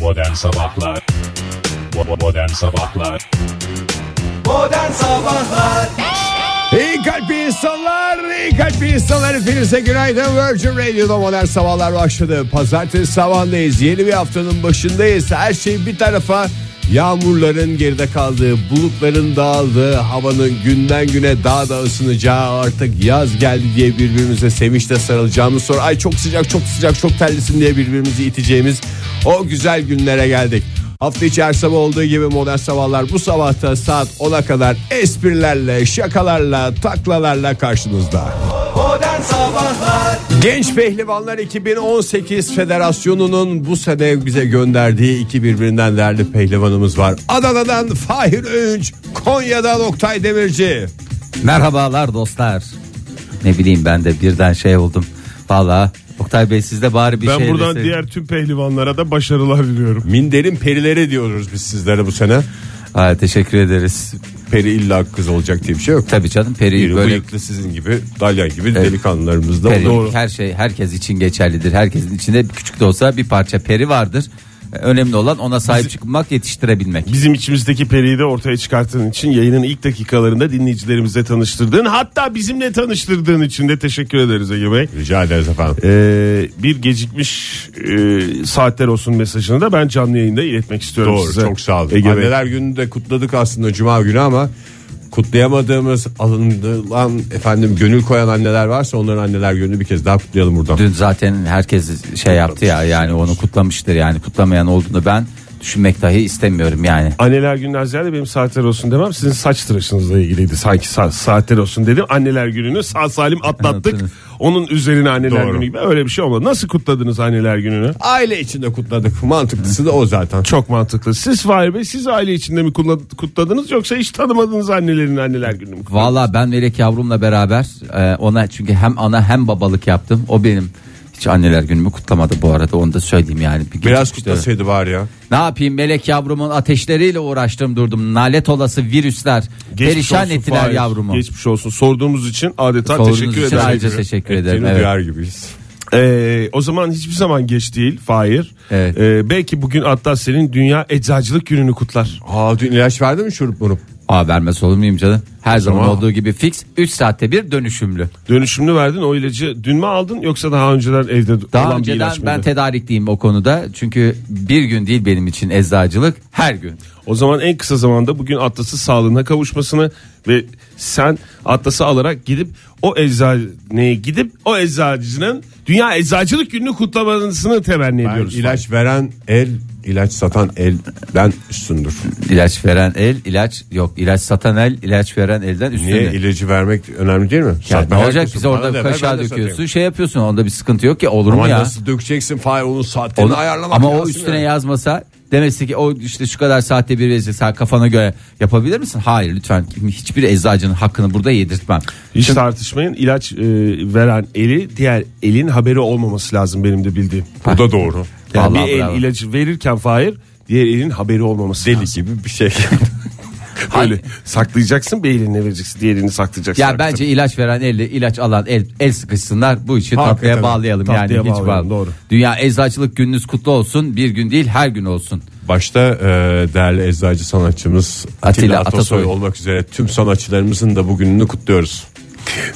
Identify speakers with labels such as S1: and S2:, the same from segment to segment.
S1: Modern Sabahlar Bo- Modern Sabahlar
S2: Modern Sabahlar
S3: İyi kalpli insanlar, iyi kalpli insanlar hepinize günaydın. Virgin Radio'da modern sabahlar başladı. Pazartesi sabahındayız, yeni bir haftanın başındayız. Her şey bir tarafa yağmurların geride kaldığı, bulutların dağıldığı, havanın günden güne daha da ısınacağı, artık yaz geldi diye birbirimize sevinçle sarılacağımız sonra ay çok sıcak çok sıcak çok terlisin diye birbirimizi iteceğimiz o güzel günlere geldik. Hafta içi her sabah olduğu gibi modern sabahlar bu sabahta saat 10'a kadar esprilerle, şakalarla, taklalarla karşınızda.
S2: Modern Sabahlar
S3: Genç Pehlivanlar 2018 Federasyonu'nun bu sene bize gönderdiği iki birbirinden değerli pehlivanımız var. Adana'dan Fahir Öğünç, Konya'dan Oktay Demirci.
S4: Merhabalar dostlar. Ne bileyim ben de birden şey oldum. Valla Oktay Bey siz de bari bir
S5: Ben
S4: şey
S5: buradan
S4: deseydiniz.
S5: diğer tüm pehlivanlara da başarılar diliyorum.
S3: Minder'in perileri diyoruz biz sizlere bu sene.
S4: Ha, teşekkür ederiz.
S3: Peri illa kız olacak diye bir şey yok.
S4: Tabii canım peri
S3: Biri
S4: böyle
S3: bıyıklı sizin gibi, dalyan gibi delikanlılarımız da
S4: peri,
S3: doğru.
S4: her şey herkes için geçerlidir. Herkesin içinde küçük de olsa bir parça peri vardır. Önemli olan ona sahip çıkmak, yetiştirebilmek.
S5: Bizim içimizdeki periyi de ortaya çıkarttığın için yayının ilk dakikalarında dinleyicilerimizle tanıştırdığın hatta bizimle tanıştırdığın için de teşekkür ederiz Ege Bey.
S3: Rica ederiz efendim.
S5: Ee, bir gecikmiş e, saatler olsun mesajını da ben canlı yayında iletmek istiyorum
S3: Doğru
S5: size.
S3: çok sağ olun.
S5: Ege Bey.
S3: Anneler gününü de kutladık aslında cuma günü ama kutlayamadığımız alınılan efendim gönül koyan anneler varsa onların anneler gününü bir kez daha kutlayalım buradan.
S4: Dün zaten herkes şey yaptı ya yani onu kutlamıştır yani kutlamayan olduğunu ben düşünmek dahi istemiyorum yani.
S5: Anneler gününden ziyade benim saatler olsun demem sizin saç tıraşınızla ilgiliydi sanki sa- saatler olsun dedim anneler gününü sağ salim atlattık
S4: Anlattınız.
S5: onun üzerine anneler
S3: Doğru.
S5: günü gibi öyle bir şey olmadı nasıl kutladınız anneler gününü
S3: Aile içinde kutladık. Mantıklısı da o zaten.
S5: Çok mantıklı. Siz Fahir Bey siz aile içinde mi kutla- kutladınız yoksa hiç tanımadığınız annelerin anneler günü mü? kutladınız?
S4: Valla ben Melek yavrumla beraber e, ona çünkü hem ana hem babalık yaptım. O benim hiç anneler günümü kutlamadı bu arada onu da söyleyeyim yani. Bir
S3: Biraz
S4: geçmişte-
S3: kutlasaydı var ya.
S4: Ne yapayım Melek yavrumun ateşleriyle uğraştım durdum. Nalet olası virüsler
S5: Geçmiş
S4: perişan
S5: olsun
S4: ettiler
S5: Fahir.
S4: yavrumu.
S5: Geçmiş olsun. Sorduğumuz için adeta
S4: Sorduğunuz
S5: teşekkür
S4: için
S5: ederim.
S4: ayrıca teşekkür ederim.
S3: Ettiğini
S4: evet.
S3: duyar gibiyiz.
S5: Ee, o zaman hiçbir zaman geç değil Fahir.
S4: Evet.
S5: Ee, belki bugün hatta senin dünya eczacılık gününü kutlar.
S3: Aa dün ilaç verdi mi şurup murup?
S4: Aa vermez olur muyum canım? Her zaman
S3: Tamam.
S4: olduğu gibi fix 3 saatte bir dönüşümlü.
S5: Dönüşümlü verdin o ilacı dün mü aldın yoksa daha önceden evde
S4: Daha
S5: olan bir
S4: önceden
S5: ilaç
S4: ben
S5: mıydı?
S4: tedarikliyim o konuda. Çünkü bir gün değil benim için eczacılık her gün.
S5: o zaman en kısa zamanda bugün Atlas'ı sağlığına kavuşmasını ve sen Atlas'ı alarak gidip o eczaneye gidip o eczacının dünya eczacılık gününü kutlamasını temenni
S3: Ben
S5: ediyoruz.
S3: ilaç veren el, ilaç satan elden üstündür.
S4: İlaç veren el, ilaç yok. ilaç satan el, ilaç veren elden üstüne.
S3: Niye ilacı vermek önemli değil mi?
S4: Ya ne
S3: Satmak
S4: olacak
S3: herkesin.
S4: bize
S3: Bana
S4: orada
S3: da ver, ben
S4: kaşağı
S3: de
S4: döküyorsun
S3: satayım.
S4: şey yapıyorsun onda bir sıkıntı yok ya olur mu
S3: Ama
S4: ya?
S3: nasıl dökeceksin Fahir onun saatlerini
S4: Onu-
S3: ayarlamak
S4: ama o
S3: lazım
S4: üstüne
S3: yani.
S4: yazmasa demesi ki o işte şu kadar saatte bir verecek sen kafana göre yapabilir misin? Hayır lütfen hiçbir eczacının hakkını burada yedirtmem.
S5: Hiç
S4: Şimdi-
S5: tartışmayın ilaç e, veren eli diğer elin haberi olmaması lazım benim de bildiğim.
S3: Bu da doğru.
S5: Yani
S4: Vallahi
S5: bir el
S4: bravo.
S5: ilacı verirken Fahir diğer elin haberi olmaması
S3: Deli
S5: lazım.
S3: gibi bir şey.
S5: Öyle saklayacaksın bir eline vereceksin diğer elini saklayacaksın.
S4: ya bence ilaç veren elle ilaç alan el el sıkışsınlar bu işi
S3: Hakikaten.
S4: tatlıya bağlayalım
S5: Tatlıya
S4: yani hiç bağlı.
S5: bağlayalım, doğru.
S4: Dünya eczacılık gününüz kutlu olsun. Bir gün değil her gün olsun.
S3: Başta e, değerli eczacı sanatçımız Atilla,
S4: Atilla
S3: Atasoy,
S4: Atasoy.
S3: olmak üzere tüm sanatçılarımızın da bugününü kutluyoruz.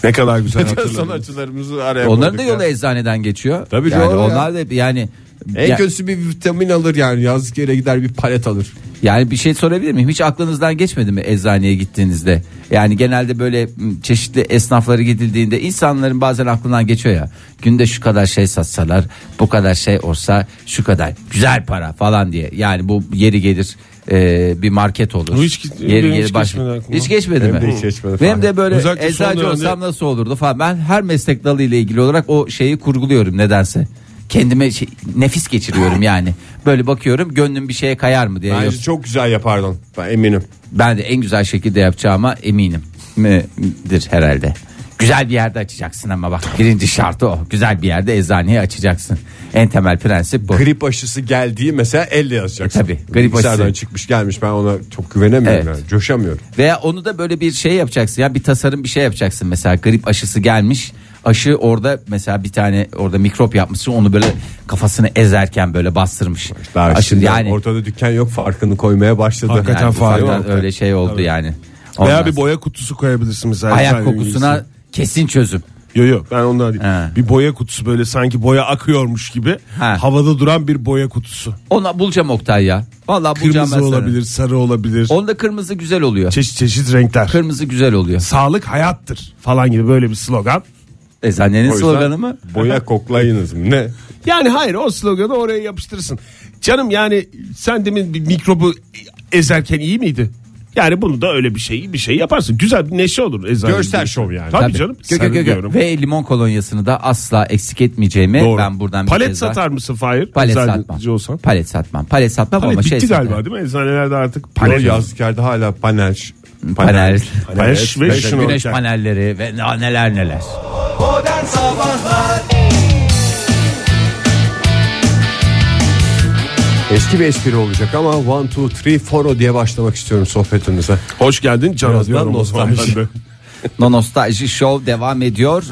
S5: ne kadar güzel
S3: Tüm
S5: hatırladın.
S3: sanatçılarımızı araya
S4: Onların da
S3: koyduk
S4: yolu
S3: ya.
S4: eczaneden geçiyor.
S3: Tabii
S4: yani
S3: doğru ya.
S4: onlar da yani
S3: En
S4: ya-
S3: kötüsü bir vitamin alır yani yazlık yere gider bir palet alır.
S4: Yani bir şey sorabilir miyim? Hiç aklınızdan geçmedi mi eczaneye gittiğinizde? Yani genelde böyle m, çeşitli esnafları gidildiğinde insanların bazen aklından geçiyor ya. Günde şu kadar şey satsalar, bu kadar şey olsa şu kadar güzel para falan diye. Yani bu yeri gelir e, bir market olur.
S5: Bu hiç git- benim hiç geçmedi aklıma.
S4: Hiç geçmedi
S3: Benim
S4: mi?
S3: de hiç geçmedi
S4: Benim
S3: falan.
S4: de böyle
S5: Özellikle son
S4: eczacı
S5: dönemde-
S4: olsam nasıl olurdu falan. Ben her meslek dalıyla ilgili olarak o şeyi kurguluyorum nedense. Kendime şey- nefis geçiriyorum yani. Böyle bakıyorum gönlüm bir şeye kayar mı diye.
S3: Bence
S4: Yoksa-
S3: çok güzel yapardın ben eminim.
S4: ben de en güzel şekilde yapacağıma eminim. Midir herhalde. Güzel bir yerde açacaksın ama bak birinci şartı o. Güzel bir yerde eczaneyi açacaksın. En temel prensip bu.
S3: Grip aşısı geldiği mesela elle yazacaksın.
S4: E tabii, grip
S3: Bilgisayardan
S4: aşısı.
S3: çıkmış gelmiş ben ona çok güvenemiyorum
S4: Evet.
S3: yani coşamıyorum.
S4: Veya onu da böyle bir şey yapacaksın ya bir tasarım bir şey yapacaksın. Mesela grip aşısı gelmiş aşı orada mesela bir tane orada mikrop yapmışsın onu böyle kafasını ezerken böyle bastırmış.
S3: Daha
S4: Aşı
S3: şimdi
S4: yani
S3: ortada dükkan yok farkını koymaya başladı.
S5: Hakikaten
S4: yani
S5: fare
S4: ufaktan
S5: yok.
S4: öyle şey oldu yani.
S5: Veya
S4: Ondan
S5: bir boya kutusu koyabilirsin mesela.
S4: sonra ayak
S5: Yani
S4: kokusuna kesin çözüm.
S5: Yo yo ben ondan değil.
S4: He.
S5: Bir boya kutusu böyle sanki boya akıyormuş gibi
S4: Ha.
S5: havada duran bir boya kutusu.
S4: Ona bulacağım Oktay ya. Vallahi bulacağım ben
S5: Kırmızı olabilir, sarı olabilir.
S4: Sana. Onda kırmızı güzel oluyor.
S5: Çeşit çeşit renkler.
S4: Kırmızı güzel oluyor.
S5: Sağlık hayattır falan gibi böyle bir slogan.
S4: Eczanenin
S3: O yüzden
S4: sloganı mı?
S3: Boya koklayınız mı? Ne?
S5: Yani hayır o sloganı oraya yapıştırırsın. Canım yani sen demin bir mikrobu ezerken iyi miydi? Yani bunu da öyle bir şey bir şey yaparsın. Güzel bir neşe olur eczane.
S3: Görsel şov yani.
S5: Tabii,
S4: Tabii.
S5: canım.
S4: Gö- gö- gö- gö.
S5: sarılıyorum.
S4: Ve limon kolonyasını da asla eksik etmeyeceğimi
S5: Doğru.
S4: ben buradan bir
S5: Palet
S4: kez daha-
S5: satar mısın Fahir?
S4: Palet
S5: Eczaneci
S4: satmam.
S5: Olsan.
S4: Palet satmam. Palet satmam
S5: Palet
S4: ama
S5: bitti
S4: şey
S5: galiba
S4: satarım.
S5: değil mi? Eczanelerde artık
S3: Panel
S5: palet
S3: yazlıklarda hala panel.
S4: Panel.
S5: Panel ve şunu
S4: Güneş
S5: olacak.
S4: panelleri ve na- neler neler.
S2: Modern Sabahlar
S3: Eski bir espri olacak ama 1, 2, 3, 4 diye başlamak istiyorum sohbetimize.
S5: Hoş geldin Can
S3: Birazdan
S5: diyorum o zaman
S3: nostalji.
S5: ben de.
S4: No Nostalji Show devam ediyor.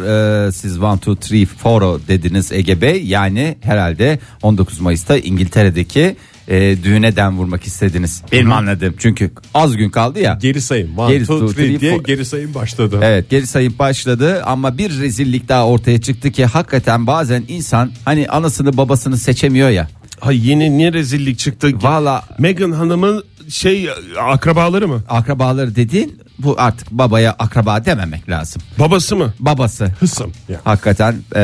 S4: Ee, siz 1, 2, 3, 4 dediniz Ege Bey. Yani herhalde 19 Mayıs'ta İngiltere'deki e, düğüne den vurmak istediniz. Benim anladığım. Çünkü az gün kaldı ya.
S3: Geri sayım. 1,
S4: Geri
S3: 2,
S4: two,
S3: 3
S4: three,
S3: diye
S4: four.
S3: geri sayım başladı.
S4: Evet geri sayım başladı ama bir rezillik daha ortaya çıktı ki hakikaten bazen insan hani anasını babasını seçemiyor ya.
S5: Ay yeni niye rezillik çıktı?
S4: Valla
S5: Meghan Hanım'ın şey akrabaları mı?
S4: akrabaları dediğin bu artık babaya akraba dememek lazım.
S5: Babası mı?
S4: Babası.
S3: Hısım. Ya.
S4: Hakikaten e,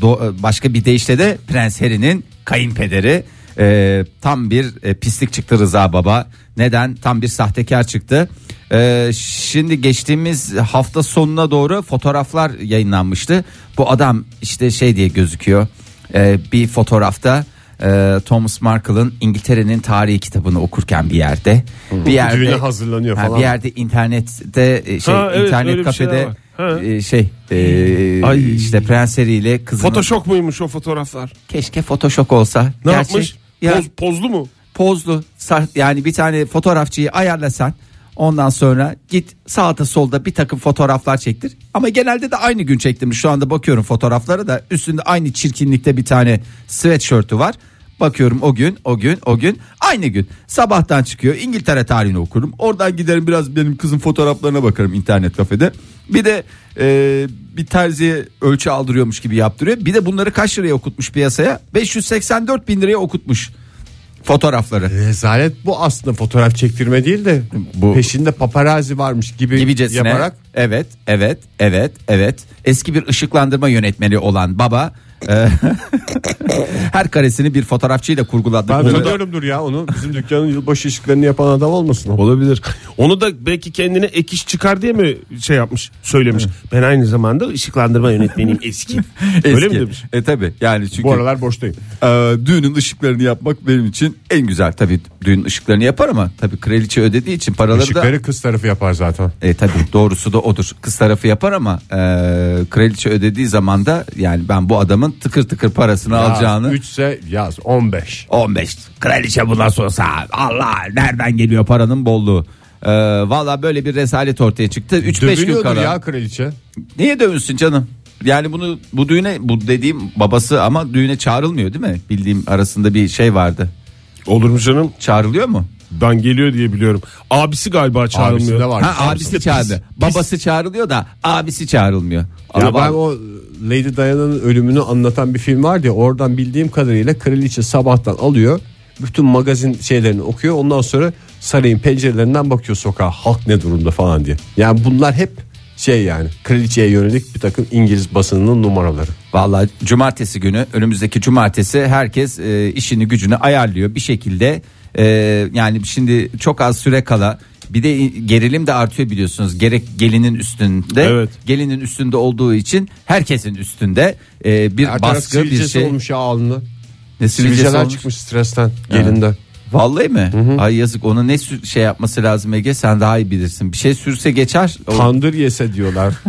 S4: do- e, başka bir deyişle de Prens Harry'nin kayınpederi e, tam bir e, pislik çıktı Rıza Baba. Neden? Tam bir sahtekar çıktı. E, şimdi geçtiğimiz hafta sonuna doğru fotoğraflar yayınlanmıştı. Bu adam işte şey diye gözüküyor. E, bir fotoğrafta e, Thomas Markle'ın İngiltere'nin tarihi kitabını okurken bir yerde. Bir yerde
S3: Düğüne hazırlanıyor
S4: Ha,
S3: falan.
S4: bir yerde internette e, şey
S5: Ha, evet, öyle
S4: internet
S5: bir
S4: kafede
S5: şeyler var. Ha.
S4: e, şey e,
S5: Ay.
S4: işte Prens Harry ile kızının
S5: Photoshop muymuş o fotoğraflar?
S4: keşke Photoshop olsa.
S5: Ne
S4: Gerçek-
S5: yapmış?
S4: Ya
S5: Poz- pozlu mu?
S4: pozlu sar- yani bir tane fotoğrafçıyı ayarlasan ondan sonra git sağda solda bir takım fotoğraflar çektir. Ama genelde de aynı gün çektirmiş. Şu anda bakıyorum fotoğraflara da üstünde aynı çirkinlikte bir tane sweatshirt'ü var. Bakıyorum o gün, o gün, o gün, aynı gün. Sabahtan çıkıyor. İngiltere tarihini okurum. Oradan giderim biraz benim kızın fotoğraflarına bakarım internet kafede. Bir de e, bir terziye ölçü aldırıyormuş gibi yaptırıyor. Bir de bunları kaç liraya okutmuş piyasaya? 584 bin liraya okutmuş fotoğrafları.
S3: Rezalet bu aslında fotoğraf çektirme değil de
S4: Bu-
S3: peşinde paparazi varmış gibi
S4: gibicesine.
S3: yaparak
S4: Evet, evet, evet, evet. Eski bir ışıklandırma yönetmeni olan baba e, her karesini bir fotoğrafçıyla kurguladı.
S3: ben
S4: Bunu da-
S3: biliyorumdur ya onu bizim dükkanın yılbaşı ışıklarını yapan adam olmasın o.
S5: Olabilir. Onu da belki kendine ek iş çıkar diye mi şey yapmış, söylemiş. ben aynı zamanda ışıklandırma yönetmeniyim eski. Öyle mi
S4: Eski.
S5: demiş?
S4: E tabi yani çünkü
S3: Bu aralar boştayım.
S4: e, düğünün ışıklarını yapmak benim için en güzel. Tabi düğün ışıklarını yapar ama tabi kraliçe ödediği için paraları da
S3: Işıkları kız tarafı yapar zaten.
S4: E tabi doğrusu da odur. Kız tarafı yapar ama e, kraliçe ödediği zaman da yani ben bu adamın tıkır tıkır parasını alacağını.
S3: 3 ise yaz 15.
S4: 15. Kraliçe bundan sonra sağ- Allah nereden geliyor paranın bolluğu. Ee, Valla böyle bir rezalet ortaya çıktı. 3-5 gün
S3: Dövülüyordur
S4: kala.
S3: ya kraliçe.
S4: Niye dövünsün canım? Yani bunu bu düğüne bu dediğim babası ama düğüne çağrılmıyor değil mi? Bildiğim arasında bir şey vardı.
S5: Olur mu canım?
S4: Çağrılıyor mu?
S5: Ben geliyor diye biliyorum. Abisi galiba çağrılmıyor.
S3: Abisi de var.
S4: Ha,
S3: Abisi
S4: abisi çağırdı. Babası çağrılıyor da abisi çağrılmıyor.
S3: Ya
S4: Ama
S3: ben o Lady Diana'nın ölümünü anlatan bir film var ya oradan bildiğim kadarıyla kraliçe sabahtan alıyor. Bütün magazin şeylerini okuyor. Ondan sonra sarayın pencerelerinden bakıyor sokağa halk ne durumda falan diye. Yani bunlar hep şey yani kraliçeye yönelik bir takım İngiliz basınının numaraları.
S4: Vallahi cumartesi günü önümüzdeki cumartesi herkes e, işini gücünü ayarlıyor bir şekilde. E, yani şimdi çok az süre kala bir de gerilim de artıyor biliyorsunuz. Gerek gelinin üstünde,
S5: Evet.
S4: gelinin üstünde olduğu için herkesin üstünde e, bir
S3: Her taraf
S4: baskı bir
S3: sivilcesi
S4: şey.
S3: olmuş ya alnı.
S4: Ne sivilcesi
S3: Sivilceler
S4: olmuş?
S3: çıkmış stresten gelinde.
S4: Vallahi mi? Ay yazık ona ne sür- şey yapması lazım Ege sen daha iyi bilirsin. Bir şey sürse geçer. O-
S3: Tandır yese diyorlar.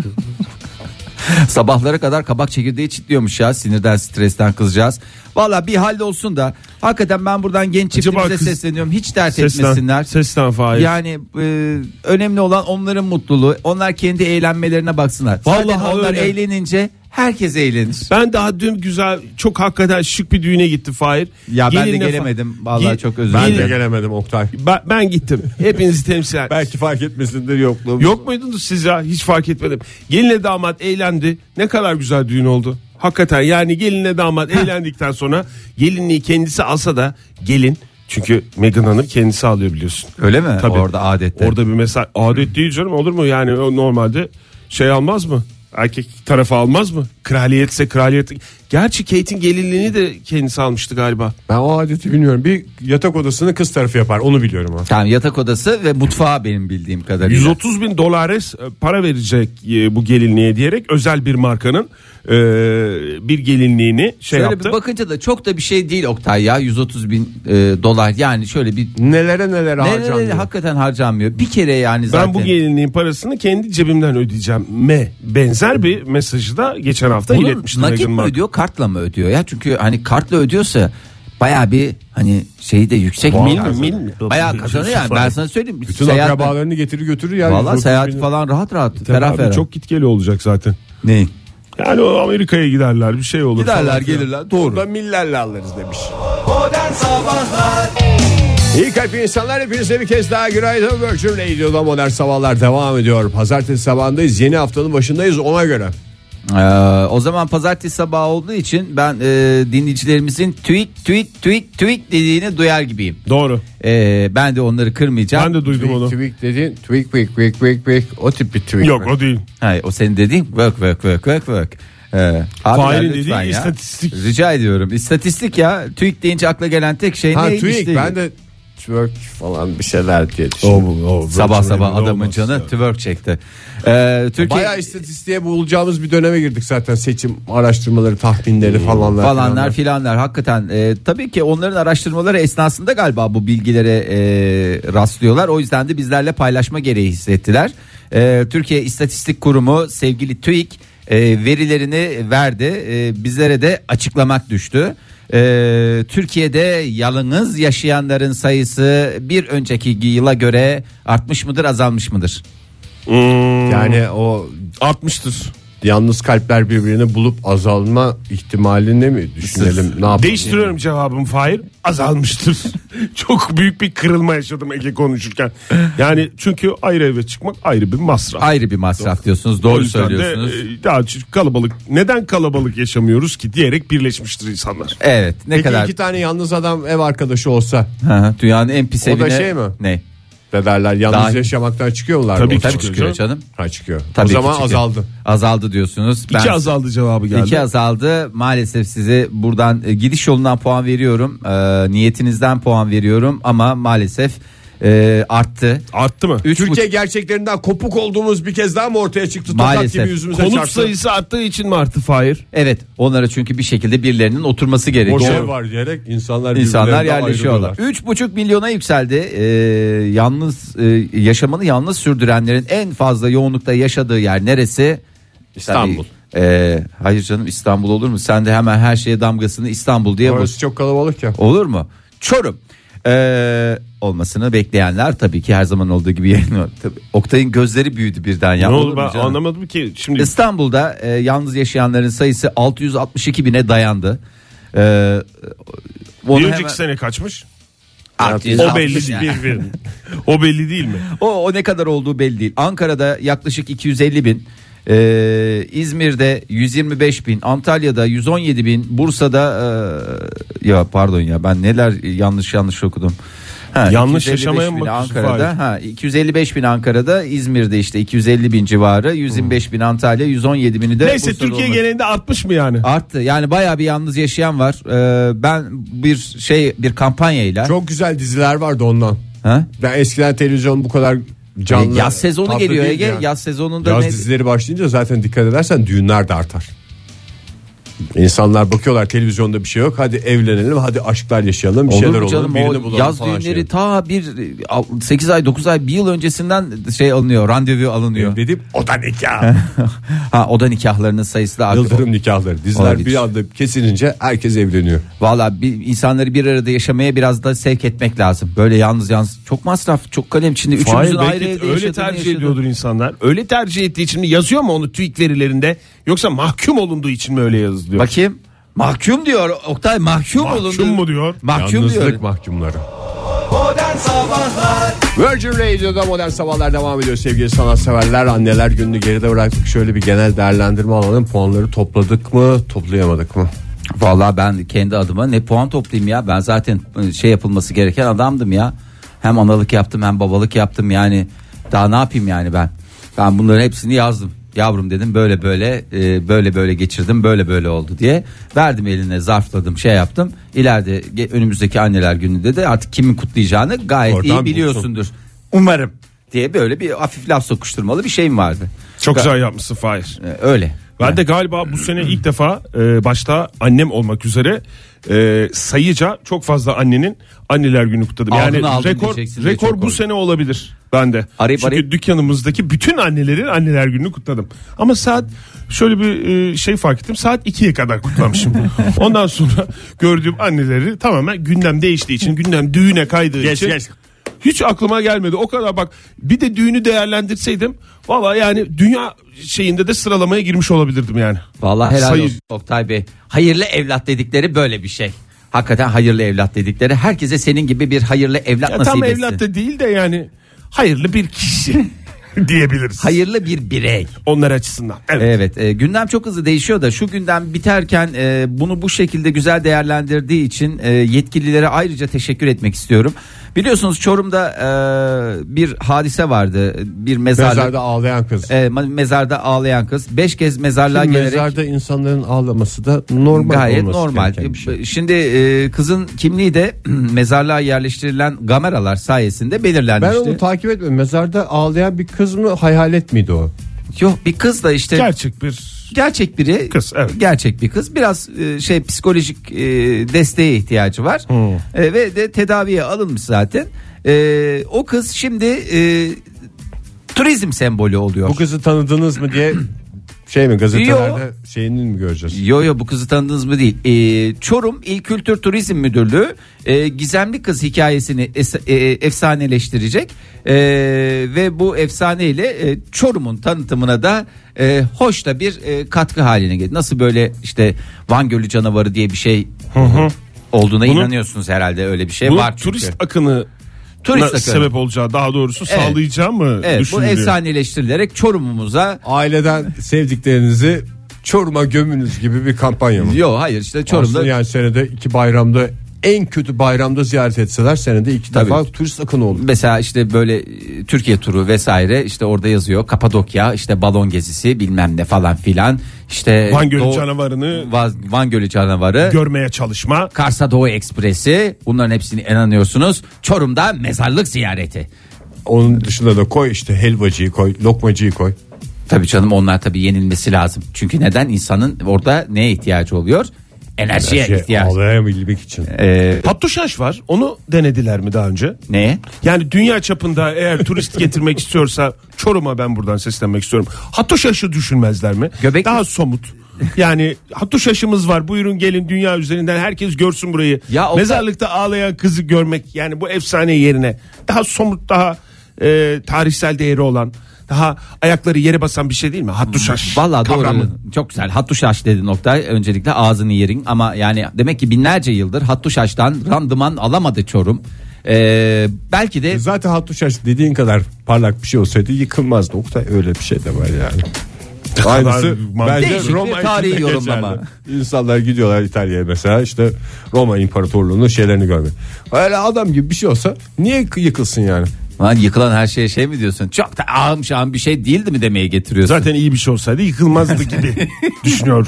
S4: Sabahlara kadar kabak çekirdeği çitliyormuş ya sinirden stresten kızacağız. Valla bir hal olsun da Hakikaten ben buradan genç
S5: Acaba
S4: çiftimize
S5: kız-
S4: sesleniyorum. Hiç dert
S5: Seslen,
S4: etmesinler.
S5: seslen Fahir.
S4: Yani e, önemli olan onların mutluluğu. Onlar kendi eğlenmelerine baksınlar. Zaten
S5: Vallahi
S4: onlar
S5: öyle.
S4: eğlenince herkes eğlenir.
S5: Ben daha dün güzel çok hakikaten şık bir düğüne gitti Fahir.
S4: Ya ben de
S5: Gelinle fa-
S4: gelemedim. Vallahi
S5: Ge-
S4: çok özür
S3: Ben de
S4: Yine-
S3: gelemedim Oktay.
S5: Ben, ben gittim. Hepinizi temsil
S3: Belki fark etmesindir yokluğum.
S5: Yok muydunuz siz ya? Hiç fark etmedim. Gelinle damat eğlendi. Ne kadar güzel düğün oldu. Hakikaten yani gelinle damat eğlendikten sonra gelinliği kendisi alsa da gelin çünkü Meghan Hanım kendisi alıyor biliyorsun.
S4: Öyle mi?
S5: Tabii.
S4: Orada adette.
S5: Orada bir mesaj adet değil canım olur mu yani o normalde şey almaz mı? Erkek tarafı almaz mı? Kraliyetse kraliyet. Gerçi Kate'in gelinliğini de kendisi almıştı galiba.
S3: Ben o adeti bilmiyorum. Bir yatak odasını kız tarafı yapar. Onu biliyorum ha.
S4: Tamam yatak odası ve mutfağı benim bildiğim kadarıyla.
S5: 130 bin dolares e, para verecek e, bu gelinliğe diyerek özel bir markanın e, bir gelinliğini şey
S4: Şöyle
S5: yaptı.
S4: bir bakınca da çok da bir şey değil Oktay ya 130 bin e, dolar yani şöyle bir
S3: Nelere neler
S4: Nerelere
S3: harcanıyor.
S4: hakikaten harcanmıyor. Bir kere yani zaten.
S5: Ben bu gelinliğin parasını kendi cebimden ödeyeceğim me benzer bir mesajı da geçen hafta
S4: Bunu
S5: iletmiştim.
S4: nakit
S5: Meghan
S4: mi
S5: Markle.
S4: ödüyor kartla mı ödüyor ya çünkü hani kartla ödüyorsa baya bir hani şeyi de yüksek
S5: Mil
S4: yani.
S5: mi, mil mi?
S4: Bayağı
S5: şey
S4: kazanıyor yani ben sana söyleyeyim.
S3: Bütün
S4: Seyahat-
S3: akrabalarını getirir götürür ya.
S4: Valla
S3: 130
S4: seyahat
S3: bin-
S4: falan rahat rahat
S5: Tabii
S4: ferah
S5: abi,
S4: ferah.
S5: Çok git geli olacak zaten.
S4: Ne?
S5: Yani o Amerika'ya giderler bir şey olur.
S4: Giderler
S5: falan filan.
S4: gelirler doğru.
S3: Da millerle alırız demiş.
S2: Modern Sabahlar
S3: İyi kalp insanlar hepinize bir kez daha günaydın. Virgin Radio'da modern sabahlar devam ediyor. Pazartesi sabahındayız. Yeni haftanın başındayız ona göre.
S4: Ee, o zaman pazartesi sabahı olduğu için ben e, dinleyicilerimizin tweet tweet tweet tweet dediğini duyar gibiyim.
S5: Doğru.
S4: Ee, ben de onları kırmayacağım.
S5: Ben de duydum onu.
S3: Tweak dediğin tweak tweak tweak tweak tweak o tip bir tweak.
S5: Yok o değil.
S4: Hayır o senin dediğin work work work work work. Ee, abiler
S5: Fahir'in
S4: lütfen
S5: dediği
S4: ya.
S5: istatistik.
S4: Rica ediyorum. İstatistik ya. TÜİK deyince akla gelen tek şey
S3: Ha
S4: ne?
S3: tweak
S4: İşte-
S3: ben de twerk falan bir şeyler diye düşündüm.
S4: Sabah sabah
S5: öyle
S4: adamın
S5: olmaz
S4: canı
S5: ya.
S4: twerk çekti. Ee, Türkiye
S3: Bayağı istatistiğe bulacağımız bir döneme girdik zaten seçim araştırmaları, tahminleri falanlar.
S4: Hmm, falanlar filanlar hakikaten e, tabii ki onların araştırmaları esnasında galiba bu bilgilere e, rastlıyorlar o yüzden de bizlerle paylaşma gereği hissettiler E, Türkiye İstatistik Kurumu sevgili TÜİK e, verilerini verdi E, bizlere de açıklamak düştü E, Türkiye'de yalınız yaşayanların sayısı bir önceki yıla göre artmış mıdır azalmış mıdır?
S5: Hmm,
S3: Yani o
S5: artmıştır.
S3: yalnız kalpler birbirini bulup azalma ihtimalini mi düşünelim? Ne yapalım?
S5: Değiştiriyorum cevabım Fahir. Azalmıştır. Çok büyük bir kırılma yaşadım Ege konuşurken. Yani çünkü ayrı eve çıkmak ayrı bir masraf.
S4: Ayrı bir masraf diyorsunuz
S5: O
S4: doğru
S5: yüzden de,
S4: söylüyorsunuz.
S5: e, daha çok kalabalık. Neden kalabalık yaşamıyoruz ki diyerek birleşmiştir insanlar.
S4: Evet ne
S3: Peki
S4: kadar
S3: iki tane yalnız adam ev arkadaşı olsa
S4: Ha, dünyanın en pis
S3: O da
S4: evine.
S3: şey mi?
S4: Ne?
S3: ne derler? Yalnız
S4: Daha-
S3: yaşamaktan çıkıyorlar
S5: Tabii
S3: mı?
S5: ki
S4: Tabii
S5: Çıkıyor
S4: çıkıyor canım.
S3: Ha çıkıyor.
S4: Tabii
S3: o
S4: ki
S3: zaman
S4: çıkıyor.
S3: azaldı.
S4: Azaldı diyorsunuz.
S5: İki azaldı cevabı geldi.
S4: İki azaldı. Maalesef size buradan e, gidiş yolundan puan veriyorum. E, niyetinizden puan veriyorum ama maalesef e, arttı.
S5: Arttı mı?
S4: Üç
S3: Türkiye
S4: buçuk-
S3: gerçeklerinden kopuk olduğumuz bir kez daha mı ortaya çıktı? Tokat
S4: Maalesef.
S3: gibi yüzümüze
S5: Konut
S3: çarptı.
S5: sayısı arttığı için mi arttı Fahir?
S4: Evet onlara çünkü bir şekilde birilerinin oturması gerekiyor.
S3: Borçlar var diyerek insanlar
S4: İnsanlar
S3: birbirlerinden
S4: yerleşiyorlar.
S3: ayrılıyorlar.
S4: 3,5 milyona yükseldi. Ee, yalnız e, yaşamını yalnız sürdürenlerin en fazla yoğunlukta yaşadığı yer neresi?
S3: İstanbul.
S4: Tabii, e, hayır canım İstanbul olur mu? Sen de hemen her şeye damgasını İstanbul diye vur.
S3: Orası çok kalabalık ya.
S4: Olur mu? Çorum. Ee, olmasını bekleyenler tabii ki her zaman olduğu gibi yerin- Tabii, Oktay'ın gözleri büyüdü birden ya.
S5: ne
S4: Olur
S5: oldu
S4: mu
S5: ben
S4: canım?
S5: anlamadım ki. Şimdi
S4: İstanbul'da e, yalnız yaşayanların sayısı 662 bine dayandı. Ee, onu
S5: bir önceki
S4: hemen-
S5: sene kaçmış?
S4: Artist
S5: O
S4: altmış
S5: belli değil.
S4: yani.
S5: bir- o belli değil mi?
S4: O, o ne kadar olduğu belli değil. Ankara'da yaklaşık 250 bin. ee, İzmir'de 125 bin, Antalya'da 117 bin, Bursa'da ee, ya pardon ya ben neler yanlış yanlış okudum. Ha,
S5: Yanlış
S4: 255
S5: yaşamaya mı
S4: bin
S5: bakıyorsun Fahir?
S4: Ankara'da, ha, 255 bin Ankara'da, İzmir'de işte 250 bin civarı, 125 bin Antalya, 117 bini de
S5: Hmm. Neyse
S4: Bursa'da
S5: Türkiye
S4: olmak-
S5: genelinde artmış mı yani?
S4: arttı. Yani bayağı bir yalnız yaşayan var. Ee, ben bir şey bir kampanyayla
S3: Çok güzel diziler vardı ondan.
S4: ha?
S3: Ben eskiden televizyon bu kadar canlı.
S4: E, yaz sezonu
S3: tatlı
S4: geliyor
S3: değildi
S4: Ege.
S3: yani.
S4: Yaz sezonunda
S3: Yaz
S4: ne?
S3: dizileri başlayınca zaten dikkat edersen düğünler de artar. İnsanlar bakıyorlar televizyonda bir şey yok. Hadi evlenelim, hadi aşklar yaşayalım, bir
S4: Olur
S3: şeyler
S4: mu canım
S3: olalım, birini
S4: o
S3: bulalım
S4: yaz
S3: falan
S4: düğünleri
S3: şey.
S4: ta bir 8 ay 9 ay bir yıl öncesinden şey alınıyor randevu alınıyor.
S3: Dedim o da nikah.
S4: ha o da nikahlarının sayısı da artık.
S3: Yıldırım nikahları. Diziler
S4: Olabilir.
S3: bir anda kesilince herkes evleniyor.
S4: Valla bir, insanları bir arada yaşamaya biraz da sevk etmek lazım. Böyle yalnız yalnız çok masraf çok kalem. Şimdi
S5: Hayır,
S4: üçümüzün
S5: belki
S4: ayrı evde
S5: öyle
S4: yaşadığını
S5: tercih
S4: yaşadığını-
S5: ediyordur insanlar. Öyle tercih ettiği için mi yazıyor mu onu TÜİK verilerinde? Yoksa mahkum olunduğu için mi öyle yazılıyor?
S4: Bakayım. Mahkum diyor Oktay mahkum,
S5: Mahkum
S4: olundu.
S5: mu diyor?
S4: Mahkum
S3: Yalnızlık
S4: diyor.
S3: mahkumları.
S2: Modern Sabahlar
S3: Virgin Radio'da modern sabahlar devam ediyor sevgili sanatseverler. Anneler gününü geride bıraktık. Şöyle bir genel değerlendirme alalım. Puanları topladık mı toplayamadık mı?
S4: Valla ben kendi adıma ne puan toplayayım ya. Ben zaten şey yapılması gereken adamdım ya. Hem analık yaptım hem babalık yaptım yani. Daha ne yapayım yani ben. Ben bunların hepsini yazdım. Yavrum dedim böyle böyle e, böyle böyle geçirdim böyle böyle oldu diye verdim eline zarfladım şey yaptım ileride ge- önümüzdeki anneler gününde de artık kimin kutlayacağını gayet
S3: Oradan
S4: iyi biliyorsundur umarım diye böyle bir hafif laf sokuşturmalı bir şeyim vardı
S5: Çok güzel yapmışsın Fahir.
S4: E, öyle
S5: Ben de galiba bu sene ilk defa e, başta annem olmak üzere e, sayıca çok fazla annenin anneler günü kutladım.
S4: Aldın,
S5: yani
S4: aldın
S5: rekor
S4: diyeceksin diye çok
S5: rekor bu
S4: korktum.
S5: sene olabilir bende.
S4: Arayıp
S5: Çünkü
S4: arayıp-
S5: dükkanımızdaki bütün annelerin anneler gününü kutladım. Ama saat şöyle bir e, şey fark ettim. Saat 2'ye kadar kutlamışım. Ondan sonra gördüğüm anneleri tamamen gündem değiştiği için, gündem düğüne kaydığı için hiç aklıma gelmedi. O kadar bak bir de düğünü değerlendirseydim valla yani dünya şeyinde de sıralamaya girmiş olabilirdim yani.
S4: Vallahi helal
S5: Sayın-
S4: olsun Oktay Bey. Hayırlı evlat dedikleri böyle bir şey. Hakikaten hayırlı evlat dedikleri herkese senin gibi bir hayırlı evlat
S5: Ya
S4: nasip
S5: tam
S4: etsin.
S5: evlat da değil de yani hayırlı bir kişi diyebiliriz.
S4: Hayırlı bir birey.
S5: Onlar açısından. Evet.
S4: Evet e, gündem çok hızlı değişiyor da şu gündem biterken e, bunu bu şekilde güzel değerlendirdiği için e, yetkililere ayrıca teşekkür etmek istiyorum. Biliyorsunuz Çorum'da e, bir hadise vardı bir mezarlık.
S3: Mezarda ağlayan kız.
S4: E, ma- mezarda ağlayan kız beş kez mezarlığa
S3: Şimdi
S4: gelerek
S3: mezarda insanların ağlaması da normal
S4: Gayet
S3: olması
S4: normal. Ee,
S3: gereken bir şey.
S4: Şimdi e, kızın kimliği de mezarlığa yerleştirilen kameralar sayesinde
S3: Ben
S4: belirlenmişti.
S3: onu takip etmedim. Mezarda ağlayan bir kız mı hayalet miydi o?
S4: Yok bir kız da işte
S5: Gerçek bir
S4: gerçek biri.
S5: Kız, evet.
S4: Gerçek bir kız. Biraz e, şey psikolojik e, desteğe ihtiyacı var. E, ve de tedaviye alınmış zaten. E, o kız şimdi e, turizm sembolü oluyor.
S3: Bu kızı tanıdınız mı diye şey mi gazetelerde
S4: Yo.
S3: şeyini mi göreceğiz?
S4: Yo yo bu kızı tanıdınız mı değil. Ee, Çorum İl Kültür Turizm Müdürlüğü e, gizemli kız hikayesini es- e, efsaneleştirecek E, ve bu efsaneyle e, Çorum'un tanıtımına da e, hoş da bir e, katkı haline geldi. Nasıl böyle işte Van Gölü canavarı diye bir şey olduğuna
S5: Bunun-
S4: inanıyorsunuz herhalde öyle bir şey
S5: bunun
S4: var çünkü.
S5: turist akını
S4: Turist
S5: na-
S4: akını.
S5: sebep olacağı daha doğrusu
S4: Evet.
S5: sağlayacağı mı
S4: Evet bu
S5: düşünülüyor?
S4: efsaneleştirilerek Çorum'umuza
S3: Aileden sevdiklerinizi Çorum'a gömünüz gibi bir kampanya mı?
S4: Yo hayır işte Çorum'da
S3: Aslında yani senede iki bayramda en kötü bayramda ziyaret etseler senede iki
S4: Tabii.
S3: defa turist akını olur.
S4: mesela işte böyle e, Türkiye turu vesaire işte orada yazıyor Kapadokya işte balon gezisi bilmem ne falan filan işte
S5: Van Gölü
S4: Doğu-
S5: canavarını
S4: Van, Van Gölü canavarı
S5: görmeye çalışma.
S4: Kars'a Doğu Ekspresi bunların hepsini inanıyorsunuz Çorum'da mezarlık ziyareti
S3: Onun dışında da koy işte helvacıyı koy, lokmacıyı koy.
S4: Tabii canım onlar tabii yenilmesi lazım çünkü neden insanın orada neye ihtiyacı oluyor enerjiye
S3: Şey,
S4: ihtiyacı
S3: Ağlayabilmek için.
S4: Ee,
S5: Patuşaş var. Onu denediler mi daha önce?
S4: neye
S5: Yani dünya çapında eğer turist getirmek istiyorsa Çorum'a ben buradan seslenmek istiyorum. Hatoşaşı düşünmezler mi?
S4: Göbek
S5: Daha
S4: mi?
S5: somut. Yani hatoşaşımız var. Buyurun gelin dünya üzerinden herkes görsün burayı.
S4: Ya o-
S5: Mezarlıkta ağlayan kızı görmek yani bu efsane yerine daha somut daha e, tarihsel değeri olan daha ayakları yere basan bir şey değil mi? Hatoşaş.
S4: Valla
S5: kavramı.
S4: doğru. Çok güzel. Hattuşaş dedi nokta. Öncelikle ağzını yerin ama yani demek ki binlerce yıldır Hattuşaş'tan randıman alamadı Çorum. Ee, belki de
S3: Zaten Hattuşaş dediğin kadar parlak bir şey olsaydı yıkılmazdı. Oktay öyle bir şey de var yani. Aynısı
S5: mantıklı.
S3: bence
S4: Değişik bir
S3: Roma için
S4: tarihi
S3: de
S4: yorumlama.
S3: geçerli. İnsanlar gidiyorlar İtalya'ya mesela işte Roma İmparatorluğu'nun şeylerini görmek. Öyle adam gibi bir şey olsa niye yık- yıkılsın yani?
S4: Lan yıkılan her şeye şey mi diyorsun? Çok da ağım şağım bir şey değildi mi demeye getiriyorsun?
S5: Zaten iyi bir şey olsaydı yıkılmazdı gibi düşünüyor.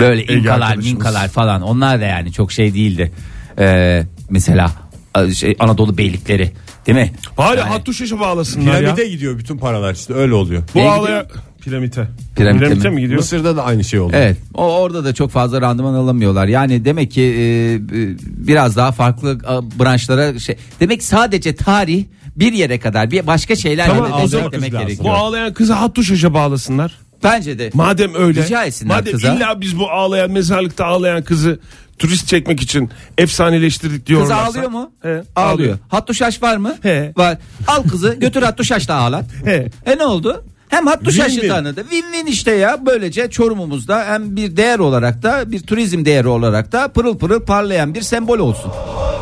S4: Böyle inkalar
S5: arkadaşımız.
S4: minkalar falan onlar da yani çok şey değildi. Ee, mesela a- şey, Anadolu beylikleri değil mi?
S5: Hala
S4: Yani-
S5: Hattuşaş'a bağlasınlar ya.
S3: Piramide gidiyor bütün paralar işte öyle oluyor.
S5: Bu
S4: Neye
S5: ağlayan, Piramite.
S4: Piramite
S5: Piramite
S4: mi?
S5: mi, gidiyor?
S3: Mısır'da da aynı şey oldu.
S4: Evet. O orada da çok fazla randıman alamıyorlar. Yani demek ki e, e, biraz daha farklı e, branşlara şey. Demek sadece tarih bir yere kadar bir başka şeyler
S5: Tamam,
S4: de
S5: alacak
S4: desteklemek
S3: kız lazım.
S5: Bu
S4: gerekiyor.
S5: ağlayan kızı Hattuş Hoca bağlasınlar.
S4: Bence de.
S5: Madem öyle.
S4: Rica etsinler
S5: madem
S4: kıza.
S5: illa biz bu ağlayan mezarlıkta ağlayan kızı turist çekmek için efsaneleştirdik
S4: Kız
S5: diyorlarsa.
S4: ağlıyor mu?
S5: He,
S4: ağlıyor.
S5: ağlıyor.
S4: Hattuşaş var mı?
S5: He.
S4: Var. Al kızı götür Hattuşaş'la ağlat.
S5: He.
S4: E ne oldu? Hem Hattuşaş'ı
S5: Win-win.
S4: tanıdı. Win-win işte ya. Böylece Çorum'umuzda hem bir değer olarak da bir turizm değeri olarak da pırıl pırıl parlayan bir sembol olsun.